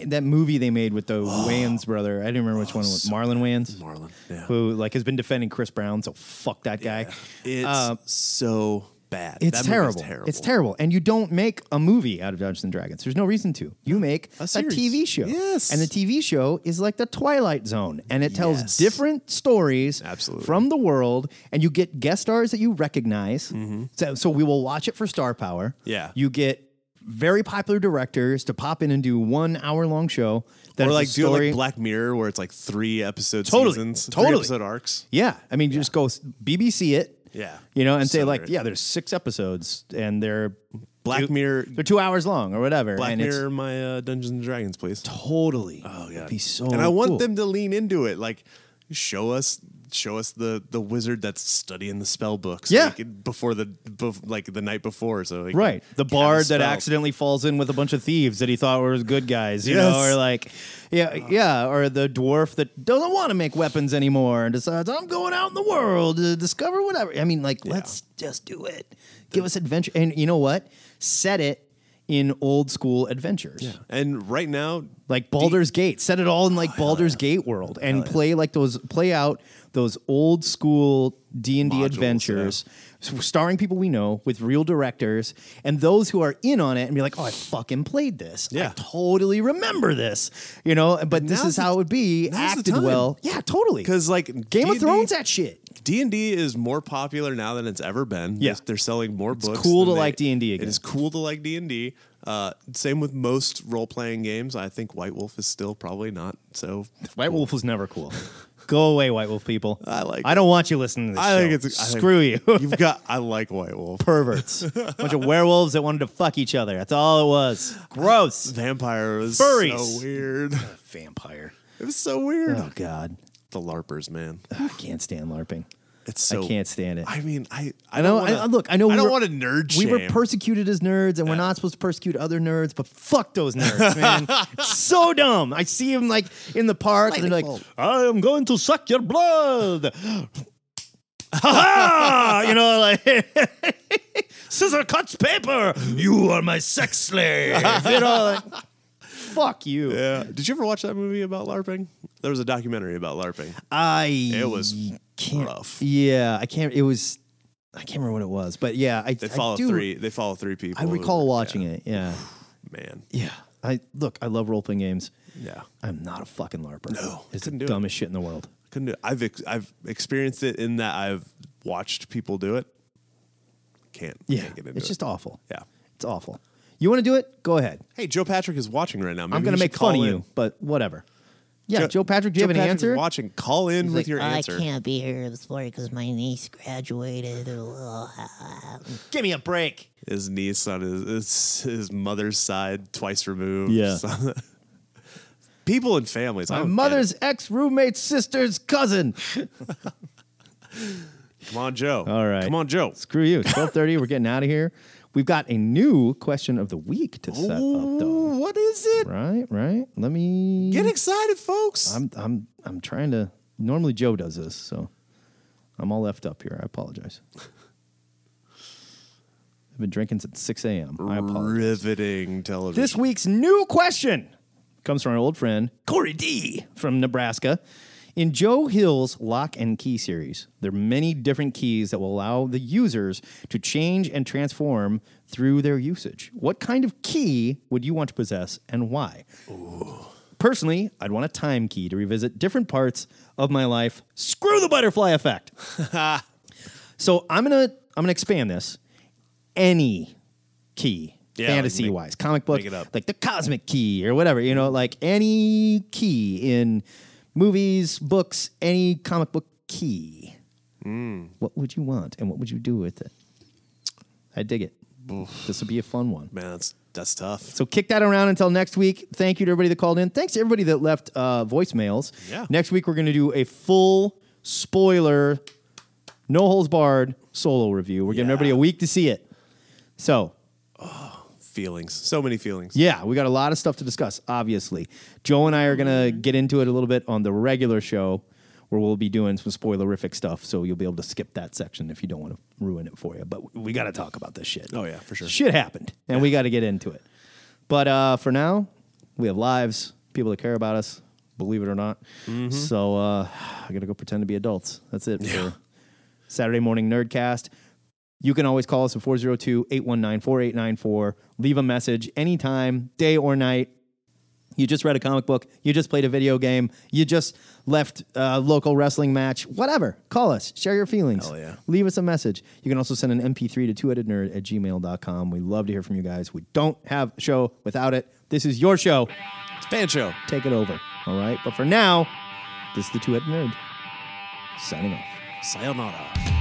Speaker 4: that movie they made with the Wayans brother. I didn't remember which one it was Oh. Marlon Wayans.
Speaker 5: Marlon, yeah.
Speaker 4: Um, who like has been defending Chris Brown. So fuck that guy.
Speaker 5: It's
Speaker 4: Uh,
Speaker 5: so bad.
Speaker 4: It's
Speaker 5: That movie's
Speaker 4: terrible.
Speaker 5: terrible.
Speaker 4: It's terrible. And you don't make a movie out of Dungeons and Dragons. There's no reason to. You make a,
Speaker 5: series.
Speaker 4: TV show. Yes. And the TV show is like the Twilight Zone, and it tells
Speaker 5: Yes.
Speaker 4: different stories Absolutely. from the world, and you get guest stars that you recognize. So, so we will watch it for star power.
Speaker 5: Mm-hmm. Yeah.
Speaker 4: You get very popular directors to pop in and do one hour long show. That
Speaker 5: or
Speaker 4: is a
Speaker 5: like do it
Speaker 4: story.
Speaker 5: like Black Mirror, where it's like three episode
Speaker 4: Totally.
Speaker 5: seasons,
Speaker 4: Totally.
Speaker 5: three episode arcs.
Speaker 4: Yeah, I mean, you just go s- BBC it.
Speaker 5: Yeah.
Speaker 4: you know, and say
Speaker 5: So
Speaker 4: like,
Speaker 5: weird.
Speaker 4: yeah, there's six episodes, and they're
Speaker 5: Black
Speaker 4: two-
Speaker 5: Mirror-
Speaker 4: They're two hours long or whatever.
Speaker 5: Black
Speaker 4: and it's-
Speaker 5: Mirror, my uh, Dungeons and Dragons, please.
Speaker 4: Totally. Oh
Speaker 5: yeah,
Speaker 4: be so
Speaker 5: And I want
Speaker 4: cool.
Speaker 5: them to lean into it, like show us, show us the the wizard that's studying the spell books.
Speaker 4: Yeah.
Speaker 5: before the bef- like the night before, so we can
Speaker 4: right, the
Speaker 5: cast
Speaker 4: bard that
Speaker 5: spells.
Speaker 4: accidentally falls in with a bunch of thieves that he thought were good guys, you
Speaker 5: Yes.
Speaker 4: know, or like, yeah, yeah, or the dwarf that doesn't want to make weapons anymore and decides I'm going out in the world to discover whatever. I mean, like, let's just do it. Give us adventure, and you know what? Set it in old school adventures. Yeah.
Speaker 5: And right now,
Speaker 4: like Baldur's Gate. Set it all in
Speaker 5: Oh,
Speaker 4: like Baldur's Gate world and play like those play out those old school D and D adventures, s- starring people we know with real directors and those who are in on it and be like, oh, I fucking played this. Yeah, I totally remember this. You know, but this
Speaker 5: now's
Speaker 4: is
Speaker 5: the-
Speaker 4: how it would be
Speaker 5: now's the
Speaker 4: acted
Speaker 5: time.
Speaker 4: well. Yeah, totally.
Speaker 5: because like
Speaker 4: Game of
Speaker 5: D&D
Speaker 4: Thrones, that shit.
Speaker 5: D and D is more popular now than it's ever been.
Speaker 4: Yeah.
Speaker 5: They're- they're selling more books.
Speaker 4: cool
Speaker 5: than
Speaker 4: to like D&D
Speaker 5: It
Speaker 4: again.
Speaker 5: is cool to like D and D. Uh, Same with most role playing games. I think White Wolf is still probably not so.
Speaker 4: White Wolf was never cool. Go away, White Wolf people.
Speaker 5: I like.
Speaker 4: I don't want you listening to this.
Speaker 5: I
Speaker 4: show.
Speaker 5: think it's I think-
Speaker 4: screw you.
Speaker 5: You've got. I like White Wolf.
Speaker 4: perverts. A bunch of werewolves that wanted to fuck each other. That's all it was. Gross.
Speaker 5: Vampire was
Speaker 4: Furries.
Speaker 5: so weird.
Speaker 4: Vampire.
Speaker 5: It was so weird.
Speaker 4: Oh God.
Speaker 5: The LARPers, man.
Speaker 4: I can't stand LARPing.
Speaker 5: It's so.
Speaker 4: I can't stand it.
Speaker 5: I mean, I.
Speaker 4: I know.
Speaker 5: Wanna,
Speaker 4: I, I- look, I know.
Speaker 5: I
Speaker 4: we
Speaker 5: don't
Speaker 4: were-
Speaker 5: want to nerd.
Speaker 4: We were
Speaker 5: shame.
Speaker 4: persecuted as nerds, and we're not supposed to persecute other nerds. But fuck those nerds, man! so dumb. I see them like in the park, and they're like, "I am going to suck your blood." Ha ha! You know, like scissor cuts paper. You are my sex slave. you know, like, fuck you.
Speaker 5: Yeah. Did you ever watch that movie about LARPing? There was a documentary about LARPing.
Speaker 4: I
Speaker 5: It was
Speaker 4: can't,
Speaker 5: rough.
Speaker 4: Yeah, I can't. It was. I can't remember what it was, but yeah, I
Speaker 5: They
Speaker 4: I
Speaker 5: follow
Speaker 4: do-
Speaker 5: three. They follow three people.
Speaker 4: I recall watching it. Yeah,
Speaker 5: Man.
Speaker 4: yeah. I look. I love role playing games.
Speaker 5: Yeah.
Speaker 4: I'm not a fucking larper. No, it's the
Speaker 5: couldn't do it.
Speaker 4: dumbest shit in the world.
Speaker 5: Couldn't do it. I've ex- I've experienced it in that I've watched people do it. Can't.
Speaker 4: Yeah,
Speaker 5: Can't get into
Speaker 4: it's
Speaker 5: it.
Speaker 4: just awful.
Speaker 5: Yeah.
Speaker 4: It's awful. You want to do it? Go ahead.
Speaker 5: Hey, Joe Patrick is watching right now. Maybe
Speaker 4: I'm
Speaker 5: he
Speaker 4: gonna
Speaker 5: should
Speaker 4: make fun
Speaker 5: call
Speaker 4: of
Speaker 5: in.
Speaker 4: you, but whatever. Yeah, Joe,
Speaker 5: Jo-
Speaker 4: Patrick, do you
Speaker 5: Joe
Speaker 4: have an
Speaker 5: Patrick is
Speaker 4: answer?
Speaker 5: Watching. Call in with
Speaker 7: like,
Speaker 5: your answer.
Speaker 7: I can't be here this morning because my niece graduated.
Speaker 4: Give me a break.
Speaker 5: His niece on his, his his mother's side, twice removed.
Speaker 4: Yeah.
Speaker 5: People and families. I
Speaker 4: My
Speaker 5: don't get
Speaker 4: mother's ex roommate's sister's cousin.
Speaker 5: it. Come on, Joe.
Speaker 4: All right.
Speaker 5: Come on, Joe.
Speaker 4: Screw you. 12:30. we're getting out of here. We've got a new question of the week to set up, though.
Speaker 5: Ooh, What is it?
Speaker 4: Right, right. Let me
Speaker 5: Get excited, folks.
Speaker 4: I'm I'm I'm trying to normally Joe does this, so I'm all left up here. I apologize. I've been drinking since 6 a.m. I apologize.
Speaker 5: Riveting television.
Speaker 4: This week's new question comes from our old friend Corey D from Nebraska. In Joe Hill's lock and key series, there are many different keys that will allow the users to change and transform through their usage. What kind of key would you want to possess and why? Personally, I'd want a time key to revisit different parts of my life. Screw the butterfly effect. so I'm gonna I'm gonna expand this. Any key,
Speaker 5: Yeah, like
Speaker 4: fantasy
Speaker 5: make-
Speaker 4: wise, comic book,
Speaker 5: make it up.
Speaker 4: like the cosmic key or whatever, you know, like any key in movies, books, any comic book key.
Speaker 5: Hmm.
Speaker 4: What would you want and what would you do with it? I dig it. This would be a fun one.
Speaker 5: Man, that's that's tough.
Speaker 4: So kick that around until next week. Thank you to everybody that called in. Thanks to everybody that left uh, voicemails.
Speaker 5: Yeah.
Speaker 4: Next week we're going to do a full spoiler, no holes barred solo review. We're giving
Speaker 5: Yeah.
Speaker 4: everybody a week to see it. So
Speaker 5: Feelings. So many feelings.
Speaker 4: yeah, we got a lot of stuff to discuss. Obviously, Joe and I are going
Speaker 5: Mm-hmm.
Speaker 4: to get into it a little bit on the regular show. Where we'll be doing some spoilerific stuff, so you'll be able to skip that section if you don't want to ruin it for you. But we got to talk about this shit.
Speaker 5: Oh yeah, for sure.
Speaker 4: Shit happened, and we got to get into it. But uh, for now, we have lives, people that care about us, believe it or not.
Speaker 5: Mm-hmm.
Speaker 4: So uh, I got to go pretend to be adults. That's it for Saturday morning Nerdcast. You can always call us at 402 819 4894. Leave a message anytime, day or night. You just read a comic book. You just played a video game. You just left a local wrestling match. Whatever. Call us. Share your feelings. Hell yeah. Leave us a message. You can also send an MP3 to twoheadednerd at gmail.com. We love to hear from you guys. We don't have a show without it. This is your show. It's fan show. Take it over. All right. But for now, this is the Two Headed Nerd signing off.
Speaker 5: Sayonara.